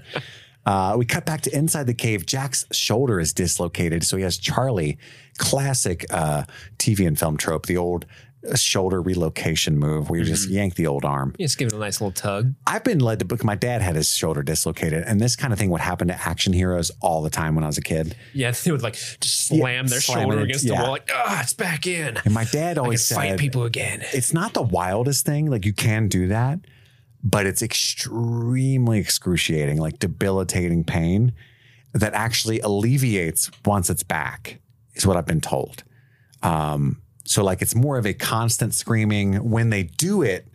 [SPEAKER 4] Uh, we cut back to inside the cave. Jack's shoulder is dislocated, so he has Charlie, classic uh, TV and film trope, the old uh, shoulder relocation move where you just yank the old arm.
[SPEAKER 2] You just give it a nice little tug.
[SPEAKER 4] I've been led to book. My dad had his shoulder dislocated, and this kind of thing would happen to action heroes all the time when I was a kid.
[SPEAKER 2] Yeah. They would like just slam their
[SPEAKER 4] slam
[SPEAKER 2] shoulder
[SPEAKER 4] it,
[SPEAKER 2] against
[SPEAKER 4] yeah.
[SPEAKER 2] the wall. Like, ah, it's back in.
[SPEAKER 4] And my dad
[SPEAKER 2] I can
[SPEAKER 4] always
[SPEAKER 2] fight
[SPEAKER 4] said,
[SPEAKER 2] people again.
[SPEAKER 4] it's not the wildest thing. Like you can do that, but it's extremely excruciating, like debilitating pain that actually alleviates once it's back, is what I've been told. Um, so like it's more of a constant screaming. When they do it,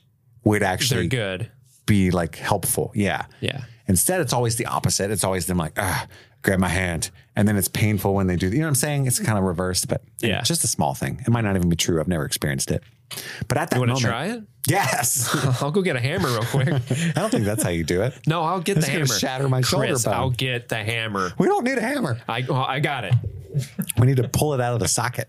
[SPEAKER 4] would
[SPEAKER 2] They're
[SPEAKER 4] actually
[SPEAKER 2] good.
[SPEAKER 4] be like helpful. Yeah.
[SPEAKER 2] Yeah.
[SPEAKER 4] Instead, it's always the opposite. It's always them like, ah, grab my hand. And then it's painful when they do, you know what I'm saying? It's kind of reversed, but
[SPEAKER 2] Mm-hmm. Yeah.
[SPEAKER 4] it's just a small thing. It might not even be true. I've never experienced it. But at that
[SPEAKER 2] You want
[SPEAKER 4] moment,
[SPEAKER 2] to try it?
[SPEAKER 4] yes,
[SPEAKER 2] I'll go get a hammer real quick.
[SPEAKER 4] I don't think that's how you do it.
[SPEAKER 2] No, I'll get the
[SPEAKER 4] That's gonna
[SPEAKER 2] hammer.
[SPEAKER 4] shatter my
[SPEAKER 2] Chris,
[SPEAKER 4] shoulder bone.
[SPEAKER 2] I'll get the hammer.
[SPEAKER 4] We don't need a hammer.
[SPEAKER 2] I oh, I got it.
[SPEAKER 4] We need to pull it out of the socket.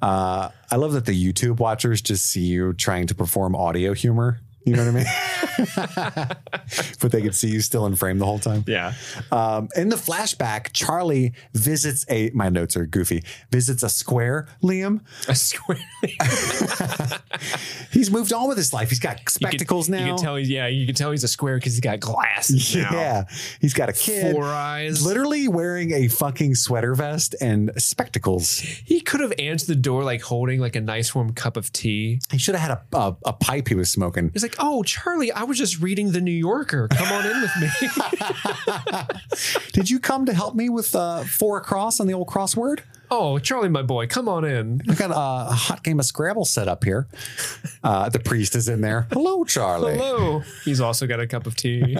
[SPEAKER 4] Uh, I love that the YouTube watchers just see you trying to perform audio humor. You know what I mean? but they could see you still in frame the whole time.
[SPEAKER 2] Yeah.
[SPEAKER 4] Um, in the flashback, Charlie visits a. My notes are goofy. Visits a square. Liam.
[SPEAKER 2] I swear. You
[SPEAKER 4] He's moved on with his life. He's got
[SPEAKER 2] can-
[SPEAKER 4] spectacles
[SPEAKER 2] You
[SPEAKER 4] now.
[SPEAKER 2] can tell he's yeah, you can tell he's a square because he's got glasses now.
[SPEAKER 4] yeah, he's got a kid.
[SPEAKER 2] Four eyes.
[SPEAKER 4] Literally wearing a fucking sweater vest and spectacles.
[SPEAKER 2] He could have answered the door like holding like a nice warm cup of tea.
[SPEAKER 4] He should have had a, a, a pipe he was smoking.
[SPEAKER 2] He's like, "Oh, Charlie, I was just reading the New Yorker. Come on in with me."
[SPEAKER 4] Did you come to help me with uh, four across on the old crossword?
[SPEAKER 2] oh, Charlie, my boy, come on in.
[SPEAKER 4] I got a, a hot game of Scrabble set up here. Uh, the priest is in there. Hello, Charlie.
[SPEAKER 2] Hello. He's also got a cup of tea.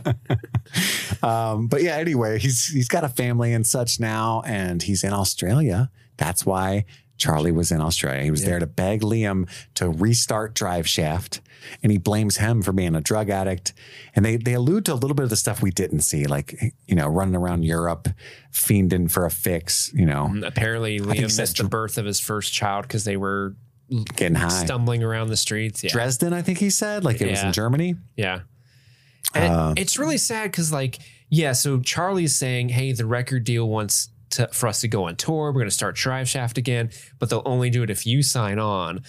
[SPEAKER 4] Um, but yeah, anyway, he's he's got a family and such now, and he's in Australia. That's why Charlie was in Australia. He was there to beg Liam to restart Drive Shaft and he blames him for being a drug addict. And they they allude to a little bit of the stuff we didn't see, like you know, running around Europe, fiending for a fix, you know,
[SPEAKER 2] Apparently,
[SPEAKER 4] he
[SPEAKER 2] Liam
[SPEAKER 4] said
[SPEAKER 2] missed the birth of his first child because they were
[SPEAKER 4] getting high.
[SPEAKER 2] stumbling around the streets. Mm-hmm. Yeah.
[SPEAKER 4] Dresden, I think he said, like it was
[SPEAKER 2] Yeah.
[SPEAKER 4] in Germany.
[SPEAKER 2] Yeah. And
[SPEAKER 4] Uh,
[SPEAKER 2] it's really sad because, like, yeah, so Charlie's saying, hey, the record deal wants to, for us to go on tour. We're going to start Drive Shaft again, but they'll only do it if you sign on.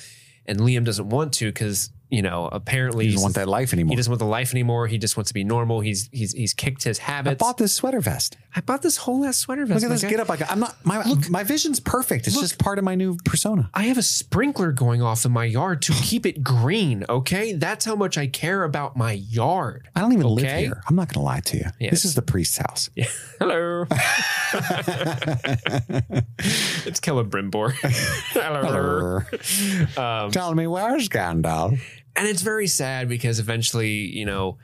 [SPEAKER 2] And Liam doesn't want to because, you know, apparently
[SPEAKER 4] He doesn't want that life anymore.
[SPEAKER 2] he doesn't want the life anymore. He just wants to be normal. He's he's he's kicked his habits.
[SPEAKER 4] I bought this sweater vest.
[SPEAKER 2] I bought this whole ass sweater vest.
[SPEAKER 4] Look at this
[SPEAKER 2] Like, I-
[SPEAKER 4] get up. I got. I'm not my my vision's perfect. It's just part of my new persona.
[SPEAKER 2] I have a sprinkler going off in my yard to keep it green. Okay, that's how much I care about my yard.
[SPEAKER 4] I don't even live
[SPEAKER 2] Okay.
[SPEAKER 4] here. I'm not going to lie to you.
[SPEAKER 2] Yeah.
[SPEAKER 4] This is the priest's house.
[SPEAKER 2] Hello. it's Celebrimbor. Hello. Um,
[SPEAKER 4] Tell me where's Gandalf?
[SPEAKER 2] And it's very sad because eventually, you know,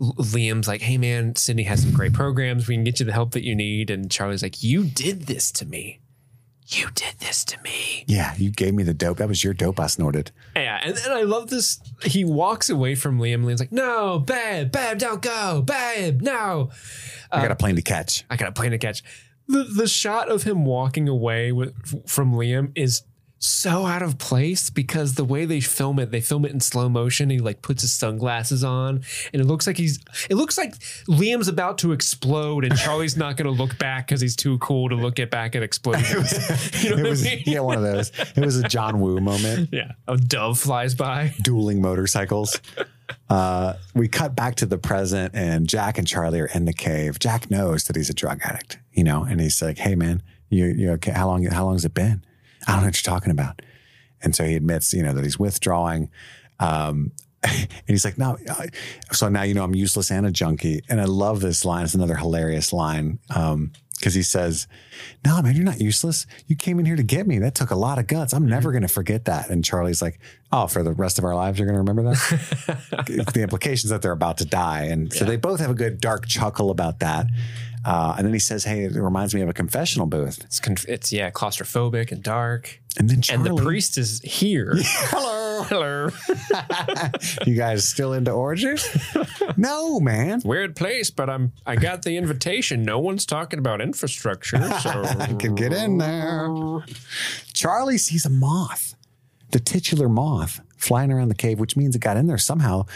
[SPEAKER 2] L- Liam's like, hey man, Sydney has some great programs. We can get you the help that you need. And Charlie's like, you did this to me. You did this to me.
[SPEAKER 4] Yeah, you gave me the dope. That was your dope I snorted.
[SPEAKER 2] Yeah. And then I love this. He walks away from Liam. Liam's like, no, babe, babe, don't go. Babe, no.
[SPEAKER 4] I
[SPEAKER 2] Uh,
[SPEAKER 4] got a plane to catch.
[SPEAKER 2] I got a plane to catch. The the shot of him walking away with, from Liam is so out of place because the way they film it, they film it in slow motion. He like puts his sunglasses on, and it looks like he's it looks like Liam's about to explode, and Charlie's not going to look back because he's too cool to look at back at explosions. you know
[SPEAKER 4] It
[SPEAKER 2] what
[SPEAKER 4] was
[SPEAKER 2] I mean?
[SPEAKER 4] yeah, one of those. It was a John Woo moment.
[SPEAKER 2] Yeah, a dove flies by.
[SPEAKER 4] dueling motorcycles. Uh, we cut back to the present, and Jack and Charlie are in the cave. Jack knows that he's a drug addict, you know, and he's like, "Hey, man, you you okay? How long how long's it been? I don't know what you're talking about." And so he admits, you know, that he's withdrawing. Um, and he's like, no. I- So now you know I'm useless and a junkie. And I love this line. It's another hilarious line because he says, "No, man, you're not useless. You came in here to get me. That took a lot of guts. I'm
[SPEAKER 2] Mm-hmm.
[SPEAKER 4] never going to forget that." And Charlie's like, "Oh, for the rest of our lives, you're going to remember that." the implications that they're about to die, and so they both have a good dark chuckle about that. Uh, and then he says, "Hey, it reminds me of a confessional booth."
[SPEAKER 2] It's conf- it's yeah, claustrophobic and dark.
[SPEAKER 4] And then Charlie,
[SPEAKER 2] And the priest is here.
[SPEAKER 4] hello,
[SPEAKER 2] Hello.
[SPEAKER 4] you guys still into orgies? no, man.
[SPEAKER 2] weird place, but I'm I got the invitation. No one's talking about infrastructure, so
[SPEAKER 4] I can get in there. Charlie sees a moth, the titular moth, flying around the cave, which means it got in there somehow.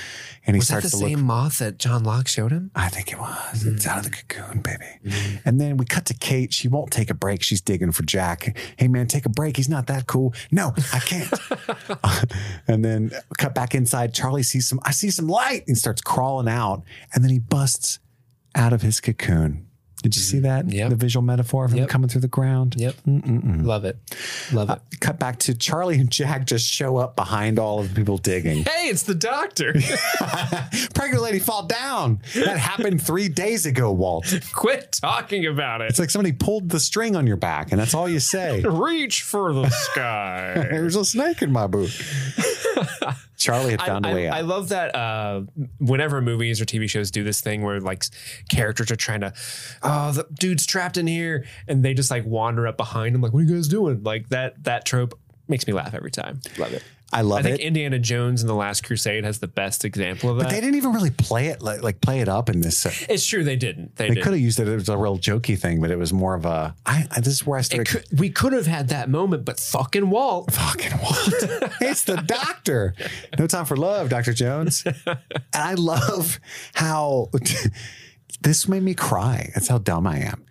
[SPEAKER 4] And he
[SPEAKER 2] Was that
[SPEAKER 4] starts to
[SPEAKER 2] the
[SPEAKER 4] look.
[SPEAKER 2] same Mm-hmm. moth that John Locke showed him?
[SPEAKER 4] I think it was. It's out of the cocoon, baby.
[SPEAKER 2] Mm-hmm.
[SPEAKER 4] And then we cut to Kate. She won't take a break. She's digging for Jack. Hey, man, take a break. He's not that cool. No, I can't. and then cut back inside. Charlie sees some, I see some light and starts crawling out. And then he busts out of his cocoon. Did you see that?
[SPEAKER 2] Mm-hmm. Yep.
[SPEAKER 4] The visual metaphor of him
[SPEAKER 2] Yep.
[SPEAKER 4] coming through the ground.
[SPEAKER 2] Yep. Uh, Love it. Love it.
[SPEAKER 4] cut back to Charlie and Jack just show up behind all of the people digging.
[SPEAKER 2] Hey, it's the doctor.
[SPEAKER 4] Pregnant lady fall down. That happened three days ago, Walt.
[SPEAKER 2] Quit talking about it.
[SPEAKER 4] It's like somebody pulled the string on your back, and that's all you say.
[SPEAKER 2] Reach for the sky.
[SPEAKER 4] There's a snake in my boot. Charlie had
[SPEAKER 2] I,
[SPEAKER 4] found a
[SPEAKER 2] I-
[SPEAKER 4] way
[SPEAKER 2] I
[SPEAKER 4] out.
[SPEAKER 2] love that uh, whenever movies or TV shows do this thing where like s- characters are trying to, oh, the dude's trapped in here, and they just like wander up behind him, like, what are you guys doing? Like that that trope makes me laugh every time. Love it.
[SPEAKER 4] I, love
[SPEAKER 2] I think
[SPEAKER 4] it.
[SPEAKER 2] Indiana Jones and the Last Crusade has the best example of that.
[SPEAKER 4] They didn't even really play it like, like play it up in this.
[SPEAKER 2] it's true they didn't. They,
[SPEAKER 4] They could
[SPEAKER 2] didn't.
[SPEAKER 4] have used it as a real jokey thing, but it was more of a. I, I, this is where I started.
[SPEAKER 2] Could- we could have had that moment, but fucking Walt.
[SPEAKER 4] fucking Walt. it's the doctor. No time for love, Dr. Jones. And I love how this made me cry. That's how dumb I am.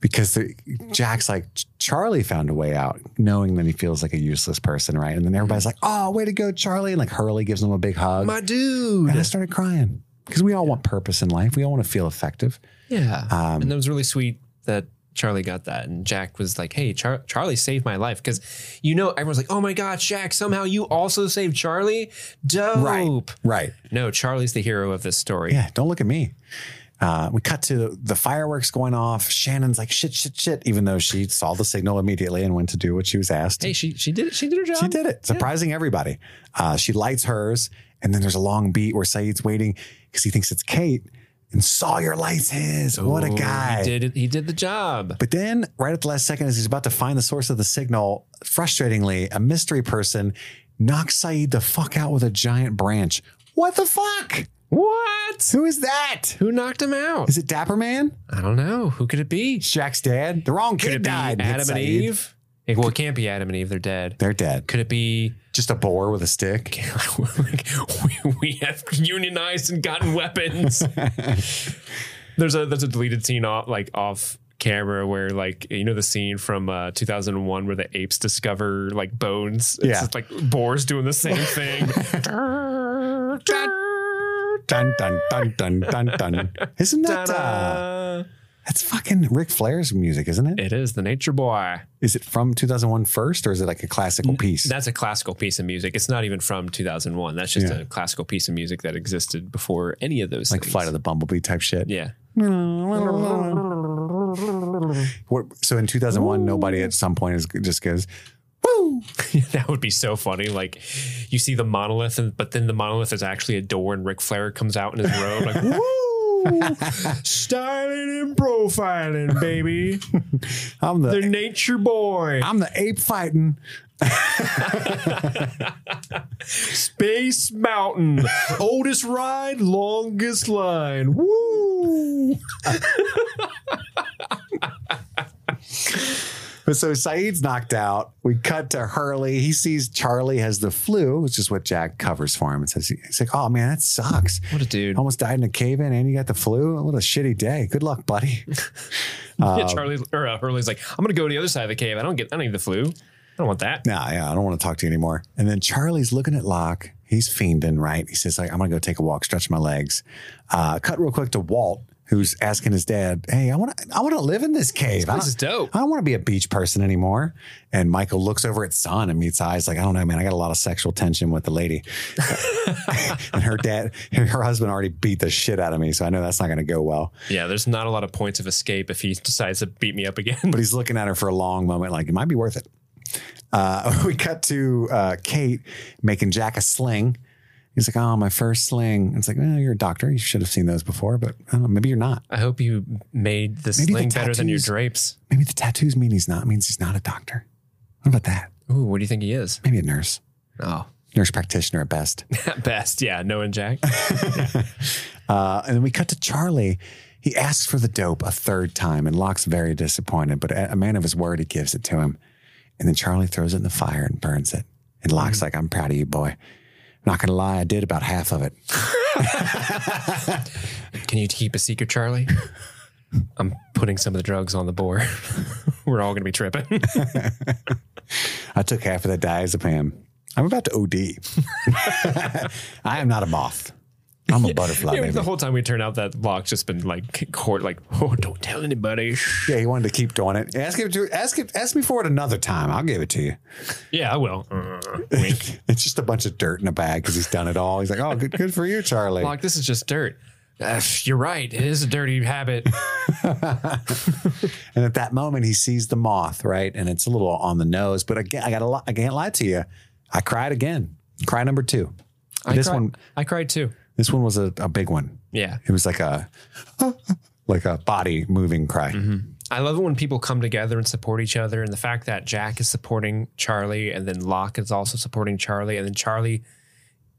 [SPEAKER 4] Because the, Jack's like, Charlie found a way out, knowing that he feels like a useless person, right? And then everybody's like, oh, way to go, Charlie. And like Hurley gives him a big hug.
[SPEAKER 2] My
[SPEAKER 4] and I
[SPEAKER 2] dude.
[SPEAKER 4] started crying because we all want purpose in life. We all want to feel effective.
[SPEAKER 2] Yeah.
[SPEAKER 4] Um,
[SPEAKER 2] and that was really sweet that Charlie got that. And Jack was like, hey, Char- Charlie saved my life. Because, you know, everyone's like, oh my God, Jack, somehow you also saved Charlie? Dope.
[SPEAKER 4] Right.
[SPEAKER 2] No, Charlie's the hero of this story.
[SPEAKER 4] Yeah, don't look at me. Uh, we cut to the fireworks going off. Shannon's like, shit, shit, shit, even though she saw the signal immediately and went to do what she was asked.
[SPEAKER 2] Hey, she, she did it. She did her job.
[SPEAKER 4] she did it, surprising everybody. Uh, she lights hers, and then there's a long beat where Saeed's waiting because he thinks it's Kate, and Sawyer lights his. what a
[SPEAKER 2] Ooh,
[SPEAKER 4] guy.
[SPEAKER 2] He did it. He did the job.
[SPEAKER 4] But then, right at the last second, as he's about to find the source of the signal, frustratingly, a mystery person knocks Saeed the fuck out with a giant branch. What the fuck?
[SPEAKER 2] What?
[SPEAKER 4] Who is that?
[SPEAKER 2] Who knocked him out?
[SPEAKER 4] Is it Dapper Man?
[SPEAKER 2] I don't know. Who could it be?
[SPEAKER 4] Shaq's dad? The wrong
[SPEAKER 2] Could
[SPEAKER 4] kid
[SPEAKER 2] it be
[SPEAKER 4] died. hits
[SPEAKER 2] Adam and
[SPEAKER 4] Saeed.
[SPEAKER 2] Eve? Eh, Well, it can't be Adam and Eve. They're dead.
[SPEAKER 4] They're dead.
[SPEAKER 2] Could it be?
[SPEAKER 4] Just a boar with a stick.
[SPEAKER 2] we, we have unionized and gotten weapons. there's a there's a deleted scene off like off camera where like you know the scene from uh, 2001 where the apes discover like bones. It's
[SPEAKER 4] Yeah.
[SPEAKER 2] just like boars doing the same thing.
[SPEAKER 4] Dun dun dun dun dun dun. Isn't that uh,
[SPEAKER 2] Ta-da.
[SPEAKER 4] that's fucking Ric Flair's music, isn't it?
[SPEAKER 2] It is the Nature Boy.
[SPEAKER 4] Is it from 2001 first, or is it like a classical piece?
[SPEAKER 2] That's a classical piece of music. It's not even from 2001. That's just
[SPEAKER 4] Yeah.
[SPEAKER 2] a classical piece of music that existed before any of those
[SPEAKER 4] like
[SPEAKER 2] things.
[SPEAKER 4] Flight of the Bumblebee type shit.
[SPEAKER 2] yeah.
[SPEAKER 4] What, so in 2001, nobody at some point is just goes, woo.
[SPEAKER 2] that would be so funny. Like you see the monolith, and but then the monolith is actually a door, and Ric Flair comes out in his robe, like woo, styling and profiling, baby,
[SPEAKER 4] I'm the
[SPEAKER 2] the nature boy,
[SPEAKER 4] I'm the ape fighting.
[SPEAKER 2] Space Mountain, oldest ride, longest line, woo.
[SPEAKER 4] But so Saeed's knocked out. We cut to Hurley. He sees Charlie has the flu, which is what Jack covers for him and says, he's like, oh man, that sucks.
[SPEAKER 2] What a dude!
[SPEAKER 4] Almost died in a cave in and you got the flu. What a shitty day. Good luck, buddy.
[SPEAKER 2] yeah, Charlie or uh, Hurley's like, I'm gonna go to the other side of the cave. I don't get, I don't need the flu. I don't want that.
[SPEAKER 4] nah, yeah, I don't want to talk to you anymore. And then Charlie's looking at Locke. He's fiending, right? He says, like, I'm gonna go take a walk, stretch my legs. Uh, cut real quick to Walt, who's asking his dad, Hey, I wanna I wanna live in this cave. I
[SPEAKER 2] This
[SPEAKER 4] don't-
[SPEAKER 2] is dope.
[SPEAKER 4] I don't want to be a beach person anymore. And Michael looks over at Son and meets eyes like, I don't know, man. I got a lot of sexual tension with the lady. and her dad, her husband already beat the shit out of me. So I know that's not going to go well.
[SPEAKER 2] Yeah, there's not a lot of points of escape if he decides to beat me up again.
[SPEAKER 4] But he's looking at her for a long moment, like, it might be worth it. Uh, we cut to uh, Kate making Jack a sling. He's like, oh, my first sling. It's like, well, you're a doctor. You should have seen those before, but I don't know, maybe you're not.
[SPEAKER 2] I hope you made the
[SPEAKER 4] Maybe the
[SPEAKER 2] sling better than your
[SPEAKER 4] tattoos-
[SPEAKER 2] drapes.
[SPEAKER 4] Maybe the tattoos mean he's not. It means he's not a doctor. What about that?
[SPEAKER 2] Ooh, what do you think he is?
[SPEAKER 4] Maybe a nurse,
[SPEAKER 2] Oh,
[SPEAKER 4] nurse practitioner at best.
[SPEAKER 2] at best, yeah. No and Jack.
[SPEAKER 4] Uh, and then we cut to Charlie. He asks for the dope a third time, and Locke's very disappointed, but a a man of his word, he gives it to him. And then Charlie throws it in the fire and burns it. And Locke's like, I'm proud of you, boy. Not gonna lie, I did about half of it.
[SPEAKER 2] Can you keep a secret, Charlie? I'm putting some of the drugs on the board. We're all gonna be tripping.
[SPEAKER 4] I took half of that diazepam. I'm about to OD. I am not a moth. I'm a butterfly,
[SPEAKER 2] Yeah,
[SPEAKER 4] baby.
[SPEAKER 2] the whole time we turn out that Locke's just been like court, like, oh, don't tell anybody.
[SPEAKER 4] yeah, he wanted to keep doing it. Ask him to ask him, ask me for it another time. I'll give it to you.
[SPEAKER 2] Yeah, I will. Uh, wink.
[SPEAKER 4] It's just a bunch of dirt in a bag because he's done it all. He's like, oh, good, good for you, Charlie.
[SPEAKER 2] Locke, this is just dirt. "Ugh, you're right. It is a dirty habit.
[SPEAKER 4] And at that moment, he sees the moth, right? And it's a little on the nose. But again, I got to I can't lie to you. I cried again. Cry number two.
[SPEAKER 2] I
[SPEAKER 4] this
[SPEAKER 2] cried-
[SPEAKER 4] one,
[SPEAKER 2] I cried too.
[SPEAKER 4] this one was a, a big one.
[SPEAKER 2] Yeah.
[SPEAKER 4] It was like a, like a body moving cry.
[SPEAKER 2] Mm-hmm. I love it when people come together and support each other. And the fact that Jack is supporting Charlie and then Locke is also supporting Charlie. And then Charlie,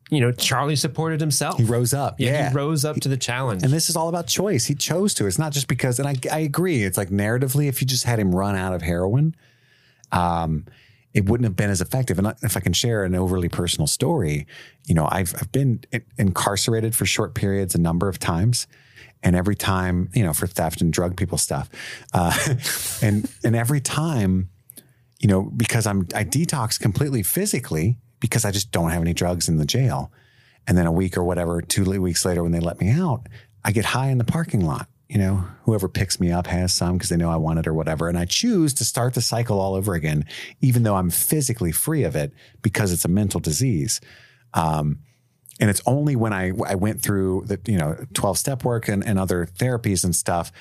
[SPEAKER 2] you know, Charlie supported himself.
[SPEAKER 4] He rose up.
[SPEAKER 2] yeah,
[SPEAKER 4] Yeah.
[SPEAKER 2] He rose up to the challenge.
[SPEAKER 4] and this is all about choice. He chose to. It's not just because. And I, I agree. It's like narratively, if you just had him run out of heroin, um, it wouldn't have been as effective. And I- if I can share an overly personal story, you know, I've I've been in- incarcerated for short periods a number of times, and every time, you know, for theft and drug people stuff, uh, and and every time, you know, because I'm I detox completely physically because I just don't have any drugs in the jail, and then a week or whatever, two le- weeks later when they let me out, I get high in the parking lot. You know, whoever picks me up has some because they know I want it or whatever. And I choose to start the cycle all over again, even though I'm physically free of it because it's a mental disease. Um, and it's only when I, I went through the, you know, 12 step work and, and other therapies and stuff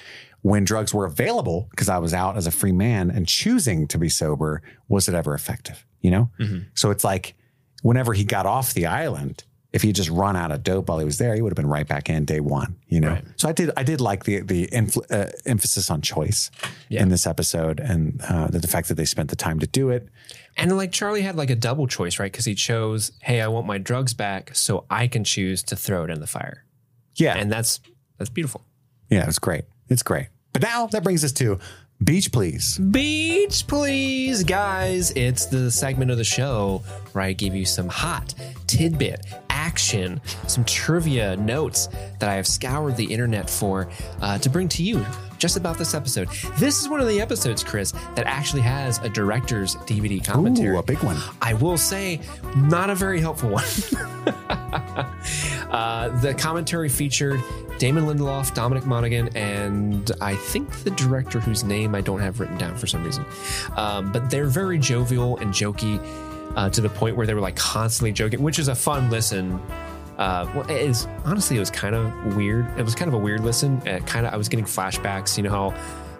[SPEAKER 4] when drugs were available because I was out as a free man and choosing to be sober, was it ever effective? You know?
[SPEAKER 2] Mm-hmm.
[SPEAKER 4] So it's like whenever he got off the island, if he had just run out of dope while he was there, he would have been right back in day one, you know?
[SPEAKER 2] Right.
[SPEAKER 4] So I did, I did like the, the infl- uh, emphasis on choice
[SPEAKER 2] Yeah.
[SPEAKER 4] in this episode and uh, the, the fact that they spent the time to do it
[SPEAKER 2] And like Charlie had like a double choice, right? Because he chose, hey, I want my drugs back so I can choose to throw it in the fire.
[SPEAKER 4] Yeah.
[SPEAKER 2] And that's that's beautiful.
[SPEAKER 4] yeah, it's great. It's great. But now that brings us to Beach Please.
[SPEAKER 2] Beach, please, guys. It's the segment of the show where I give you some hot tidbit action, some trivia notes that I have scoured the internet for uh, to bring to you just about this episode. This is one of the episodes, Chris, that actually has a director's DVD commentary.
[SPEAKER 4] Ooh, a big one.
[SPEAKER 2] I will say, not a very helpful one. uh, the commentary featured Damon Lindelof, Dominic Monaghan, and I think the director whose name I don't have written down for some reason. Um, but they're very jovial and jokey uh, to the point where they were like constantly joking, which is a fun listen. Uh, well, it is honestly, it was kind of weird. It was kind of a weird listen. It kind of, I was getting flashbacks. You know how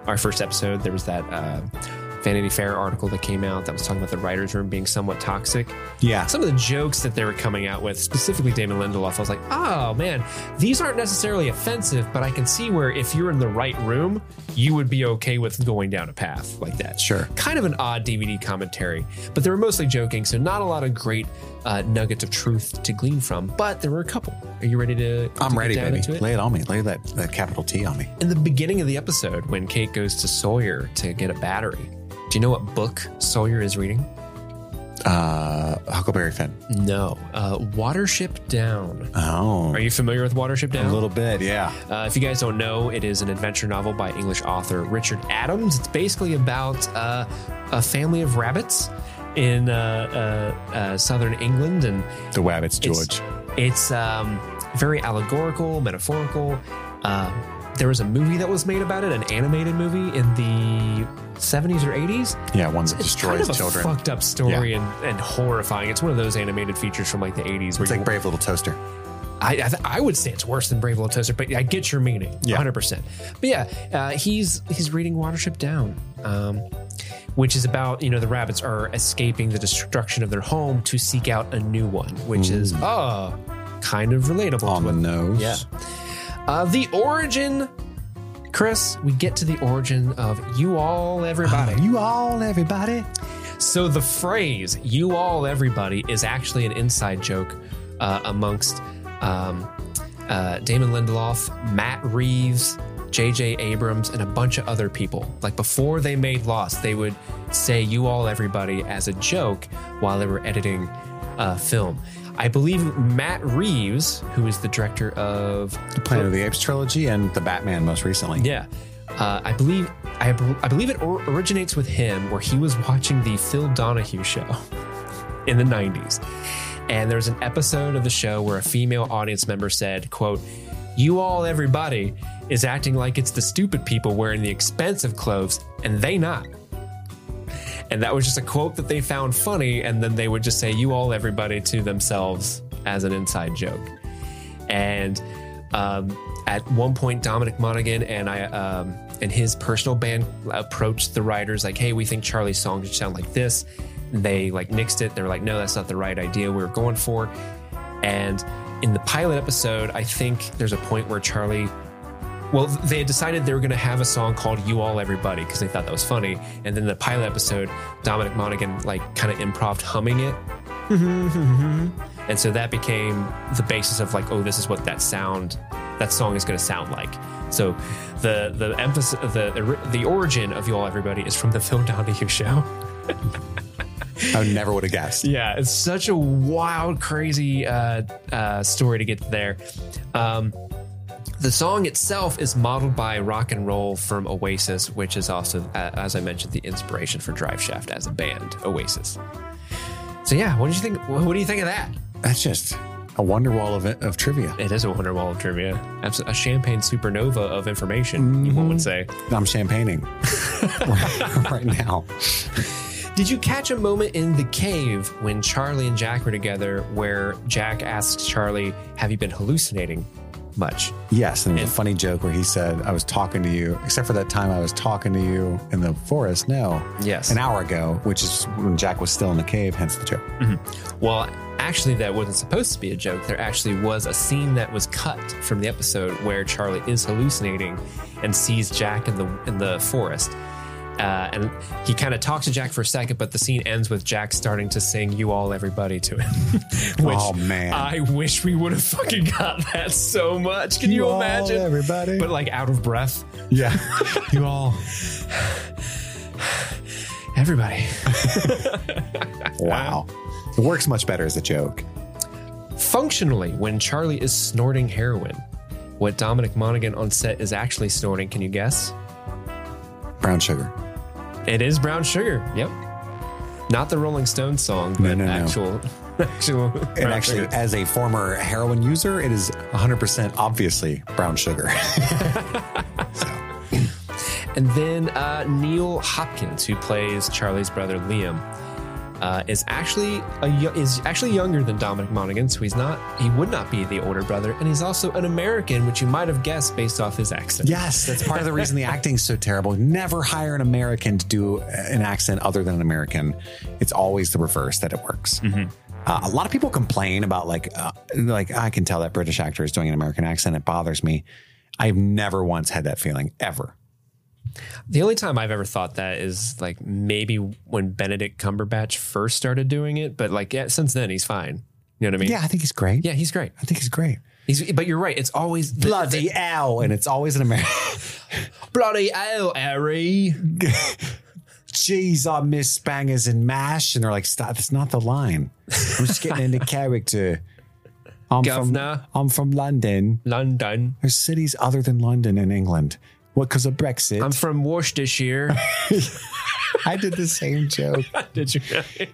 [SPEAKER 2] our first episode, there was that uh, Vanity Fair article that came out that was talking about the writers' room being somewhat toxic.
[SPEAKER 4] Yeah.
[SPEAKER 2] Some of the jokes that they were coming out with, specifically Damon Lindelof, I was like, oh man, these aren't necessarily offensive, but I can see where if you're in the right room, you would be okay with going down a path like that.
[SPEAKER 4] Sure.
[SPEAKER 2] Kind of an odd DVD commentary, but they were mostly joking, so not a lot of great uh, nuggets of truth to glean from, but there were a couple. Are you ready to? to
[SPEAKER 4] I'm
[SPEAKER 2] get
[SPEAKER 4] ready,
[SPEAKER 2] down
[SPEAKER 4] baby.
[SPEAKER 2] into it?
[SPEAKER 4] Lay it on me. Lay that, that capital T on me.
[SPEAKER 2] In the beginning of the episode, when Kate goes to Sawyer to get a battery, do you know what book Sawyer is reading?
[SPEAKER 4] Uh, Huckleberry Finn.
[SPEAKER 2] No. Uh, Watership Down.
[SPEAKER 4] Oh.
[SPEAKER 2] Are you familiar with Watership Down?
[SPEAKER 4] a little bit, yeah.
[SPEAKER 2] Uh, if you guys don't know, it is an adventure novel by English author Richard Adams. It's basically about uh, a family of rabbits in uh, uh, uh, southern England, and
[SPEAKER 4] The Wabbits,
[SPEAKER 2] It's-
[SPEAKER 4] George.
[SPEAKER 2] It's um, very allegorical, metaphorical. Uh, there was a movie that was made about it, an animated movie in the 70s or 80s.
[SPEAKER 4] yeah, one that
[SPEAKER 2] It's
[SPEAKER 4] destroys
[SPEAKER 2] kind of
[SPEAKER 4] children.
[SPEAKER 2] a fucked up story and, and horrifying. It's one of those animated features from like the 80s where
[SPEAKER 4] it's
[SPEAKER 2] you,
[SPEAKER 4] like Brave Little Toaster.
[SPEAKER 2] I, I, th- I would say it's worse than Brave Little Toaster, but I get your meaning,
[SPEAKER 4] Yeah.
[SPEAKER 2] hundred percent. But yeah, uh, he's he's reading Watership Down, um, which is about you know the rabbits are escaping the destruction of their home to seek out a new one, which is uh kind of relatable.
[SPEAKER 4] On
[SPEAKER 2] to
[SPEAKER 4] the
[SPEAKER 2] it.
[SPEAKER 4] nose.
[SPEAKER 2] Yeah. Uh, the origin, Chris. We get to the origin of you all, everybody.
[SPEAKER 4] Ah, You all, everybody.
[SPEAKER 2] So the phrase "you all everybody" is actually an inside joke uh, amongst um, uh, Damon Lindelof, Matt Reeves, J.J. Abrams, and a bunch of other people. Like before they made Lost, they would say "you all everybody" as a joke while they were editing uh, film. I believe Matt Reeves, who is the director of
[SPEAKER 4] The Planet of the Apes trilogy and the Batman most recently.
[SPEAKER 2] yeah, uh, I believe I, bel- I believe it or- originates with him, where he was watching the Phil Donahue show in the '90s, and there was an episode of the show where a female audience member said, "quote You all, everybody, is acting like it's the stupid people wearing the expensive clothes, and they not." And that was just a quote that they found funny, and then they would just say "you all, everybody" to themselves as an inside joke and um, at one point Dominic Monaghan and I um, and his personal band approached the writers like, "Hey, we think Charlie's song should sound like this." And they like nixed it. They were like, "No, that's not the right idea we were going for." And in the pilot episode, I think there's a point where Charlie. Well, they had decided they were going to have a song called "You All Everybody" because they thought that was funny. And then the pilot episode, Dominic Monaghan like kind of improv humming it, and so that became the basis of like, oh, this is what that sound, that song is going to sound like. So the the emphasis, the the, the origin of you all, everybody, is from the Phil Donahue show.
[SPEAKER 4] I never would have guessed.
[SPEAKER 2] Yeah, it's such a wild, crazy uh, uh, story to get there. Um, the song itself is modeled by rock and roll from Oasis, which is also, uh, as I mentioned, the inspiration for Drive Shaft as a band, Oasis. So yeah, what did you think? What do you think of that?
[SPEAKER 4] That's just a wonder wall of, of trivia.
[SPEAKER 2] It is a wonder wall of trivia. Abs- A champagne supernova of information, one would say.
[SPEAKER 4] I'm champagning right now.
[SPEAKER 2] Did you catch a moment in the cave when Charlie and Jack were together where Jack asks Charlie, Have you been hallucinating much?
[SPEAKER 4] Yes, and there's a funny joke where he said, I was talking to you, except for that time I was talking to you in the forest. No.
[SPEAKER 2] Yes.
[SPEAKER 4] An hour ago, which is when Jack was still in the cave, hence the joke.
[SPEAKER 2] Mm-hmm. Well, actually, that wasn't supposed to be a joke. There actually was a scene that was cut from the episode where Charlie is hallucinating and sees Jack in the in the forest, Uh, and he kind of talks to Jack for a second, but the scene ends with Jack starting to sing "You All Everybody" to him. Which
[SPEAKER 4] Oh, man.
[SPEAKER 2] I wish we would have fucking got that so much. Can you,
[SPEAKER 4] all,
[SPEAKER 2] imagine?
[SPEAKER 4] everybody.
[SPEAKER 2] But like out of breath,
[SPEAKER 4] Yeah. you all.
[SPEAKER 2] everybody.
[SPEAKER 4] Wow. It works much better as a joke.
[SPEAKER 2] Functionally, when Charlie is snorting heroin, what Dominic Monaghan on set is actually snorting, can you guess?
[SPEAKER 4] Brown sugar.
[SPEAKER 2] It is brown sugar. Yep. Not the Rolling Stones song, but
[SPEAKER 4] no, no.
[SPEAKER 2] actual, actual.
[SPEAKER 4] And
[SPEAKER 2] brown
[SPEAKER 4] actually,
[SPEAKER 2] sugar.
[SPEAKER 4] as a former heroin user, it is 100% obviously brown sugar.
[SPEAKER 2] and then uh, Neil Hopkins, who plays Charlie's brother Liam, uh, is actually a, yo- is actually younger than Dominic Monaghan, so he's not he would not be the older brother, and he's also an American, which you might have guessed based off his accent.
[SPEAKER 4] yes, that's part of the reason the acting's so terrible. Never hire an American to do uh, an accent other than an American. It's always the reverse that it works.
[SPEAKER 2] Mm-hmm.
[SPEAKER 4] Uh, a lot of people complain about like uh, like I can tell that British actor is doing an American accent. It bothers me. I've never once had that feeling ever.
[SPEAKER 2] The only time I've ever thought that is like maybe when Benedict Cumberbatch first started doing it, but like yeah, since then he's fine. You know what I mean?
[SPEAKER 4] Yeah, I think he's great.
[SPEAKER 2] yeah, he's great.
[SPEAKER 4] I think he's great.
[SPEAKER 2] He's, but you're right. It's always the-
[SPEAKER 4] Bloody owl, and it's always an American.
[SPEAKER 2] bloody hell, Harry.
[SPEAKER 4] Jeez, I miss bangers and mash, and they're like, "Stop! That's not the line. I'm just getting into character." I'm
[SPEAKER 2] Governor.
[SPEAKER 4] from I'm from London.
[SPEAKER 2] London.
[SPEAKER 4] There's cities other than London in England. What? Because of Brexit.
[SPEAKER 2] I'm from Worcestershire.
[SPEAKER 4] I did the same joke.
[SPEAKER 2] Did you?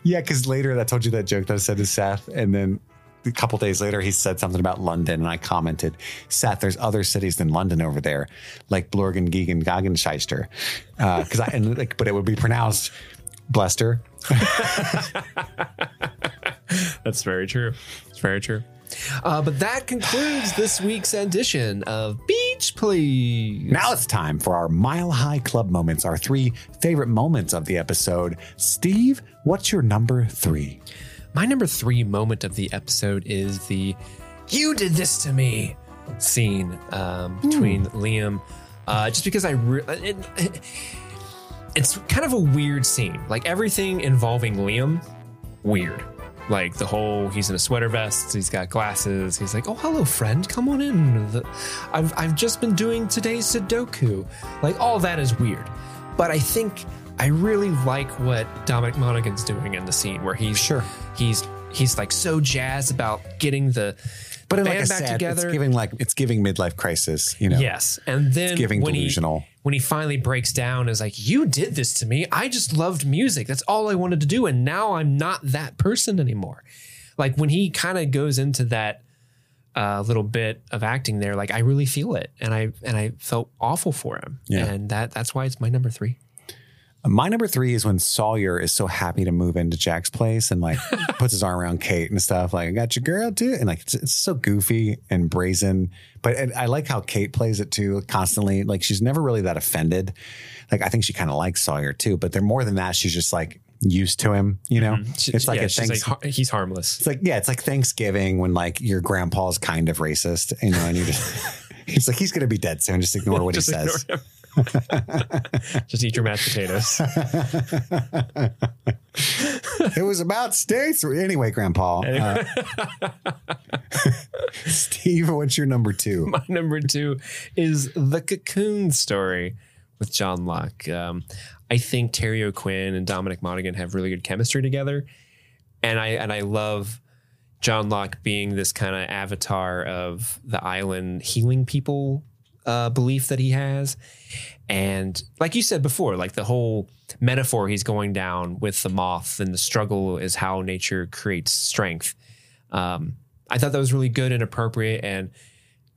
[SPEAKER 4] yeah, because later I told you that joke that I said to Seth, and then a couple days later he said something about London, and I commented, "Seth, there's other cities than London over there, like Blorgen, Gegen, Gagenscheister," because Uh, I and like, but it would be pronounced Blester.
[SPEAKER 2] That's very true. It's very true. Uh, but that concludes this week's edition of Beach Please.
[SPEAKER 4] Now it's time for our Mile High Club moments, our three favorite moments of the episode. Steve, what's your number three?
[SPEAKER 2] My number three moment of the episode is the "You did this to me" scene um, between Liam. Uh, just because I, re- it, it- it's kind of a weird scene. Like everything involving Liam, weird. Like the whole he's in a sweater vest, he's got glasses. He's like, "Oh, hello, friend, come on in. The- I've I've just been doing today's Sudoku." Like all that is weird, but I think I really like what Dominic Monaghan's doing in the scene where he's
[SPEAKER 4] Sure.
[SPEAKER 2] he's he's like so jazzed about getting the
[SPEAKER 4] But in
[SPEAKER 2] band
[SPEAKER 4] like a
[SPEAKER 2] back
[SPEAKER 4] sad,
[SPEAKER 2] together.
[SPEAKER 4] it's giving like it's giving midlife crisis, you know.
[SPEAKER 2] Yes, and then
[SPEAKER 4] giving
[SPEAKER 2] when
[SPEAKER 4] delusional.
[SPEAKER 2] He, when he finally breaks down, is like, "You did this to me. I just loved music. That's all I wanted to do, and now I'm not that person anymore." Like when he kind of goes into that uh, little bit of acting there, like I really feel it, and I and I felt awful for him,
[SPEAKER 4] Yeah.
[SPEAKER 2] and that that's why it's my number three.
[SPEAKER 4] My number three is when Sawyer is so happy to move into Jack's place and like puts his arm around Kate and stuff. Like, I got your girl too. And like, it's, it's so goofy and brazen. But and I like how Kate plays it too constantly. Like, she's never really that offended. Like, I think she kind of likes Sawyer too. But they're more than that. She's just like used to him, you know? it's like
[SPEAKER 2] Mm-hmm. Yeah,
[SPEAKER 4] a
[SPEAKER 2] she's
[SPEAKER 4] thanks.
[SPEAKER 2] har- he's harmless.
[SPEAKER 4] It's like yeah, it's like Thanksgiving when like your grandpa's kind of racist, you know, and you just he's like he's gonna be dead soon. Just ignore what
[SPEAKER 2] Just
[SPEAKER 4] he
[SPEAKER 2] ignore
[SPEAKER 4] says.
[SPEAKER 2] him. just eat your mashed potatoes.
[SPEAKER 4] It was about states anyway, Grandpa. uh, Steve, what's your number two?
[SPEAKER 2] my number two is the cocoon story with John Locke. Um, I think Terry O'Quinn and Dominic Monaghan have really good chemistry together, and I and I love John Locke being this kind of avatar of the island healing people uh, belief that he has, and like you said before, like the whole metaphor he's going down with the moth and the struggle is how nature creates strength. Um, I thought that was really good and appropriate, and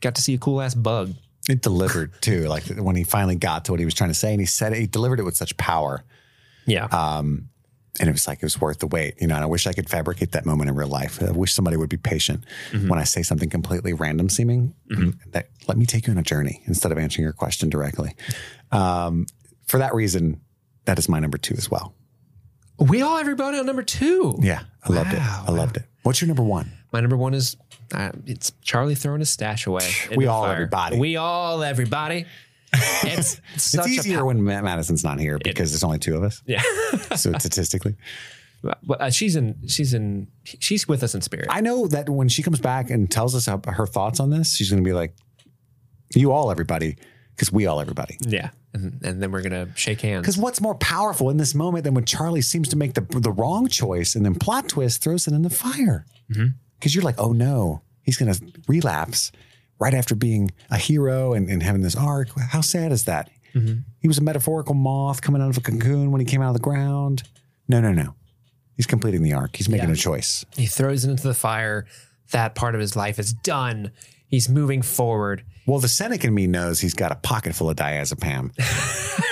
[SPEAKER 2] got to see a cool ass bug.
[SPEAKER 4] It delivered too. Like when he finally got to what he was trying to say, and he said it, he delivered it with such power.
[SPEAKER 2] Yeah.
[SPEAKER 4] Um, and it was like it was worth the wait, you know. And I wish I could fabricate that moment in real life. I wish somebody would be patient when I say something completely random seeming. That let me take you on a journey instead of answering your question directly. Um, for that reason, that is my number two as well.
[SPEAKER 2] we all everybody on number two.
[SPEAKER 4] Yeah, I loved
[SPEAKER 2] Wow,
[SPEAKER 4] it. I loved it. What's your number one?
[SPEAKER 2] My number one is uh, it's Charlie throwing his stash away. into
[SPEAKER 4] We all
[SPEAKER 2] fire.
[SPEAKER 4] everybody.
[SPEAKER 2] We all everybody. It's,
[SPEAKER 4] It's
[SPEAKER 2] such
[SPEAKER 4] easier
[SPEAKER 2] a pow-
[SPEAKER 4] when Matt Madison's not here because there's only two of us.
[SPEAKER 2] yeah.
[SPEAKER 4] So statistically,
[SPEAKER 2] Well, uh, she's in. She's in. She's with us in spirit.
[SPEAKER 4] I know that when she comes back and tells us her her thoughts on this, she's going to be like, "You all, everybody," because we all, everybody.
[SPEAKER 2] yeah, and, and then we're gonna shake hands.
[SPEAKER 4] Because what's more powerful in this moment than when Charlie seems to make the the wrong choice and then plot twist throws it in the fire? Because you're like, oh no, he's going to relapse right after being a hero and, and having this arc. How sad is that? He was a metaphorical moth coming out of a cocoon when he came out of the ground. No, no, no. He's completing the arc. He's making
[SPEAKER 2] Yeah.
[SPEAKER 4] a choice.
[SPEAKER 2] He throws it into the fire. That part of his life is done. He's moving forward.
[SPEAKER 4] Well, the Seneca in me knows he's got a pocket full of diazepam.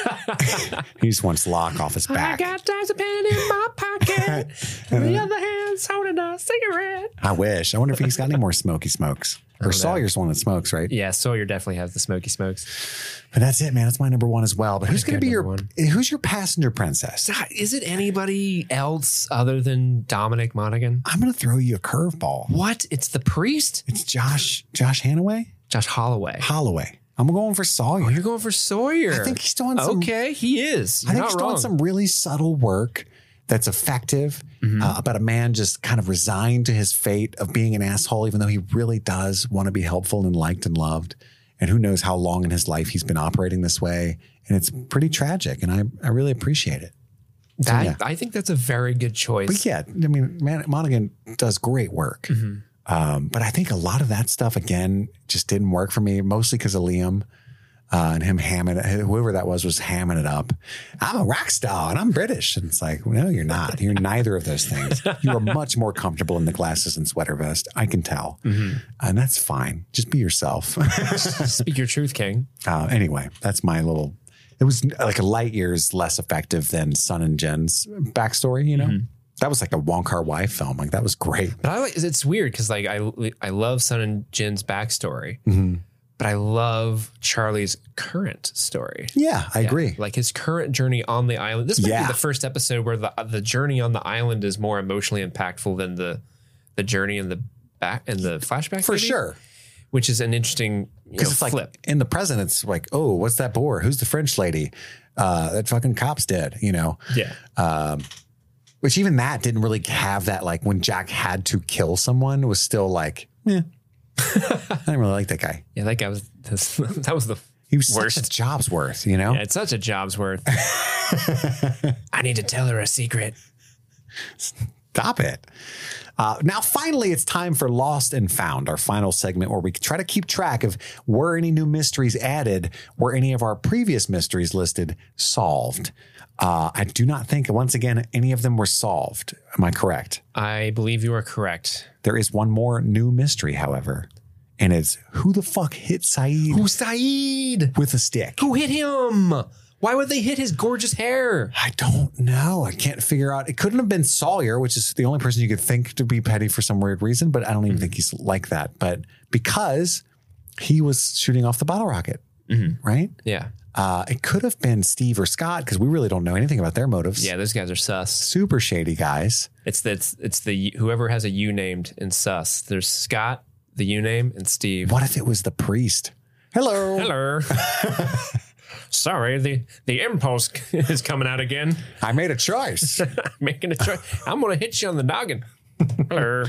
[SPEAKER 4] he just wants lock off his back.
[SPEAKER 2] diazepam in my pocket.
[SPEAKER 4] And then-
[SPEAKER 2] other hand's holding a cigarette.
[SPEAKER 4] I wish. I wonder if he's got any more smoky smokes. Or Sawyer's the one that smokes, right?
[SPEAKER 2] Yeah, Sawyer definitely has the smoky smokes.
[SPEAKER 4] But that's it, man. That's my number one as well. But who's
[SPEAKER 2] Okay,
[SPEAKER 4] going to be your
[SPEAKER 2] number
[SPEAKER 4] who's your passenger princess?
[SPEAKER 2] God, is it anybody else other than Dominic Monaghan?
[SPEAKER 4] I'm going to throw you a curveball.
[SPEAKER 2] What? It's the priest,
[SPEAKER 4] It's Josh Josh Hanaway
[SPEAKER 2] Josh Holloway.
[SPEAKER 4] Holloway. I'm going for Sawyer.
[SPEAKER 2] Oh, you're going for Sawyer.
[SPEAKER 4] I think he's doing some.
[SPEAKER 2] okay, he is. You're
[SPEAKER 4] I think
[SPEAKER 2] not
[SPEAKER 4] he's
[SPEAKER 2] wrong.
[SPEAKER 4] doing some really subtle work that's effective
[SPEAKER 2] Mm-hmm.
[SPEAKER 4] uh, about a man just kind of resigned to his fate of being an asshole, even though he really does want to be helpful and liked and loved. And who knows how long in his life he's been operating this way. And it's pretty tragic. And I, I really appreciate it.
[SPEAKER 2] That-
[SPEAKER 4] yeah.
[SPEAKER 2] I think that's a very good choice.
[SPEAKER 4] But yeah, I mean, Man- Monaghan does great work. Um, but I think a lot of that stuff, again, just didn't work for me, mostly because of Liam uh, and him hamming it. Whoever that was was hamming it up. I'm a rock star and I'm British. And it's like, no, you're not. You're neither of those things. You are much more comfortable in the glasses and sweater vest. I can tell. And that's fine. Just be yourself.
[SPEAKER 2] Speak your truth, King.
[SPEAKER 4] Uh, anyway, that's my little. It was like a light years less effective than Sun and Jen's backstory. You know,
[SPEAKER 2] Mm-hmm.
[SPEAKER 4] that was like a Wong Kar Wai film. Like that was great.
[SPEAKER 2] But I like it's weird because like I I love Sun and Jin's backstory, but I love Charlie's current story.
[SPEAKER 4] Yeah, I
[SPEAKER 2] Yeah,
[SPEAKER 4] agree.
[SPEAKER 2] Like his current journey on the island. This might
[SPEAKER 4] Yeah.
[SPEAKER 2] be the first episode where the the journey on the island is more emotionally impactful than the the journey in the back and the flashback.
[SPEAKER 4] For
[SPEAKER 2] maybe?
[SPEAKER 4] sure,
[SPEAKER 2] which is an interesting you know,
[SPEAKER 4] because it's like
[SPEAKER 2] flip.
[SPEAKER 4] in the present, it's like, oh, what's that boar? Who's the French lady? Uh, that fucking cop's dead. You know, Um,
[SPEAKER 2] yeah,
[SPEAKER 4] which even that didn't really have that. Like when Jack had to kill someone, it was still like, yeah, I didn't really like that guy.
[SPEAKER 2] yeah. That guy was this, that was the
[SPEAKER 4] He was
[SPEAKER 2] Worst.
[SPEAKER 4] such a job's worth. You know,
[SPEAKER 2] yeah, it's such a job's worth. I need to tell her a secret.
[SPEAKER 4] Stop it. Uh, now, finally, it's time for Lost and Found, our final segment where we try to keep track of were any new mysteries added, were any of our previous mysteries listed solved. Uh, I do not think, once again, any of them were solved. Am I correct?
[SPEAKER 2] I believe you are correct.
[SPEAKER 4] There is one more new mystery, however, and it's who the fuck hit Saeed
[SPEAKER 2] Who Saeed?
[SPEAKER 4] with a stick?
[SPEAKER 2] Who hit him? Why would they hit his gorgeous hair?
[SPEAKER 4] I don't know. I can't figure out. It couldn't have been Sawyer, which is the only person you could think to be petty for some weird reason, but I don't
[SPEAKER 2] Mm-hmm.
[SPEAKER 4] even think he's like that. But because he was shooting off the bottle rocket,
[SPEAKER 2] Mm-hmm.
[SPEAKER 4] right?
[SPEAKER 2] Yeah,
[SPEAKER 4] Uh, it could have been Steve or Scott because we really don't know anything about their motives.
[SPEAKER 2] yeah. Those guys are sus.
[SPEAKER 4] Super shady guys.
[SPEAKER 2] It's the, it's, it's the whoever has a U named in sus. There's Scott, the U name, and Steve.
[SPEAKER 4] What if it was the priest? Hello.
[SPEAKER 2] Hello. Sorry, the the impulse is coming out again.
[SPEAKER 4] I made a choice.
[SPEAKER 2] Making a choice. I'm gonna hit you on the noggin. Hello.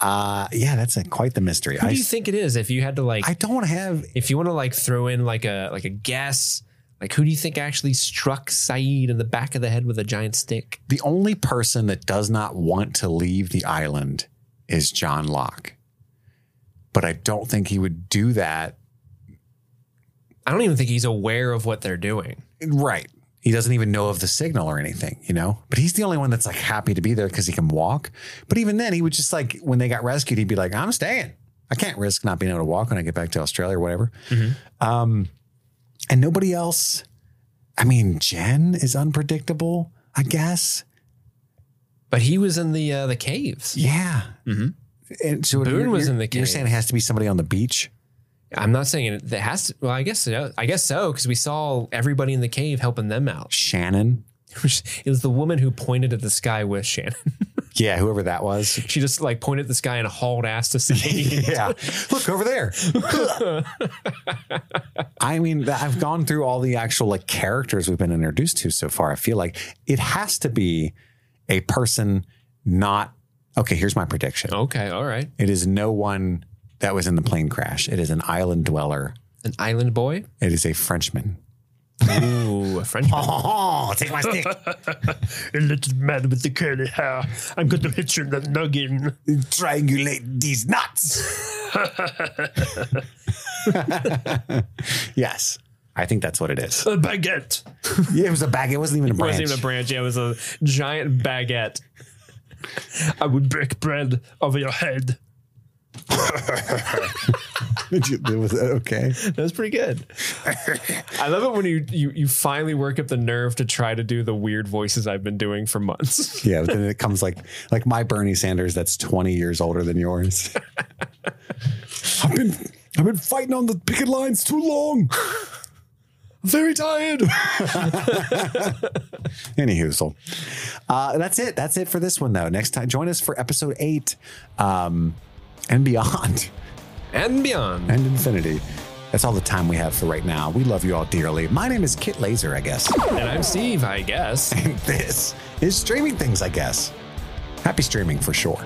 [SPEAKER 4] uh, yeah, that's a, quite the mystery.
[SPEAKER 2] Who
[SPEAKER 4] I,
[SPEAKER 2] do you think it is? If you had to like,
[SPEAKER 4] I don't have.
[SPEAKER 2] if you want to like throw in like a like a guess, like who do you think actually struck Saeed in the back of the head with a giant stick?
[SPEAKER 4] The only person that does not want to leave the island is John Locke. But I don't think he would do that.
[SPEAKER 2] I don't even think he's aware of what they're doing.
[SPEAKER 4] Right. He doesn't even know of the signal or anything, you know? But he's the only one that's like happy to be there because he can walk. But even then, he would just like, when they got rescued, he'd be like, I'm staying. I can't risk not being able to walk when I get back to Australia or whatever. Um, and nobody else. I mean, Jen is unpredictable, I guess.
[SPEAKER 2] But he was in the uh, the caves.
[SPEAKER 4] Yeah. And so
[SPEAKER 2] Boone
[SPEAKER 4] you're-
[SPEAKER 2] was
[SPEAKER 4] you're-
[SPEAKER 2] in the
[SPEAKER 4] You're
[SPEAKER 2] cave.
[SPEAKER 4] saying it has to be somebody on the beach.
[SPEAKER 2] I'm not saying it, it has to. Well, I guess so. I guess so because we saw everybody in the cave helping them out.
[SPEAKER 4] Shannon.
[SPEAKER 2] It was the woman who pointed at the sky with Shannon.
[SPEAKER 4] Yeah, whoever that was.
[SPEAKER 2] She just like pointed at this guy and hauled ass to sea.
[SPEAKER 4] Yeah. Look over there. I mean, th- I've gone through all the actual like characters we've been introduced to so far. I feel like it has to be a person not okay, here's my prediction.
[SPEAKER 2] okay, all right.
[SPEAKER 4] It is no one that was in the plane crash. It is an island dweller.
[SPEAKER 2] An island boy.
[SPEAKER 4] It is a Frenchman.
[SPEAKER 2] Ooh, a Frenchman.
[SPEAKER 4] Oh, take my stick.
[SPEAKER 5] A little man with the curly hair. I'm going to hit you in the noggin.
[SPEAKER 4] Triangulate these nuts. yes. I think that's what it is.
[SPEAKER 5] A baguette.
[SPEAKER 4] Yeah, it was a bag. It wasn't even a
[SPEAKER 2] It
[SPEAKER 4] branch.
[SPEAKER 2] wasn't even a branch. Yeah, it was a giant baguette.
[SPEAKER 5] I would break bread over your head.
[SPEAKER 4] It was okay.
[SPEAKER 2] That was pretty good. I love it when you, you you finally work up the nerve to try to do the weird voices I've been doing for months.
[SPEAKER 4] Yeah, but then it comes like like my Bernie Sanders that's 20 years older than yours. I've been I've been fighting on the picket lines too long.
[SPEAKER 2] Very tired.
[SPEAKER 4] Anywho, uh, that's it. That's it for this one though. Next time, join us for episode eight, um, and beyond,
[SPEAKER 2] And beyond.
[SPEAKER 4] and infinity. That's all the time we have for right now. We love you all dearly. My name is Kit Laser, I guess.
[SPEAKER 2] And I'm Steve, I guess.
[SPEAKER 4] And this is streaming things, I guess. Happy streaming for sure.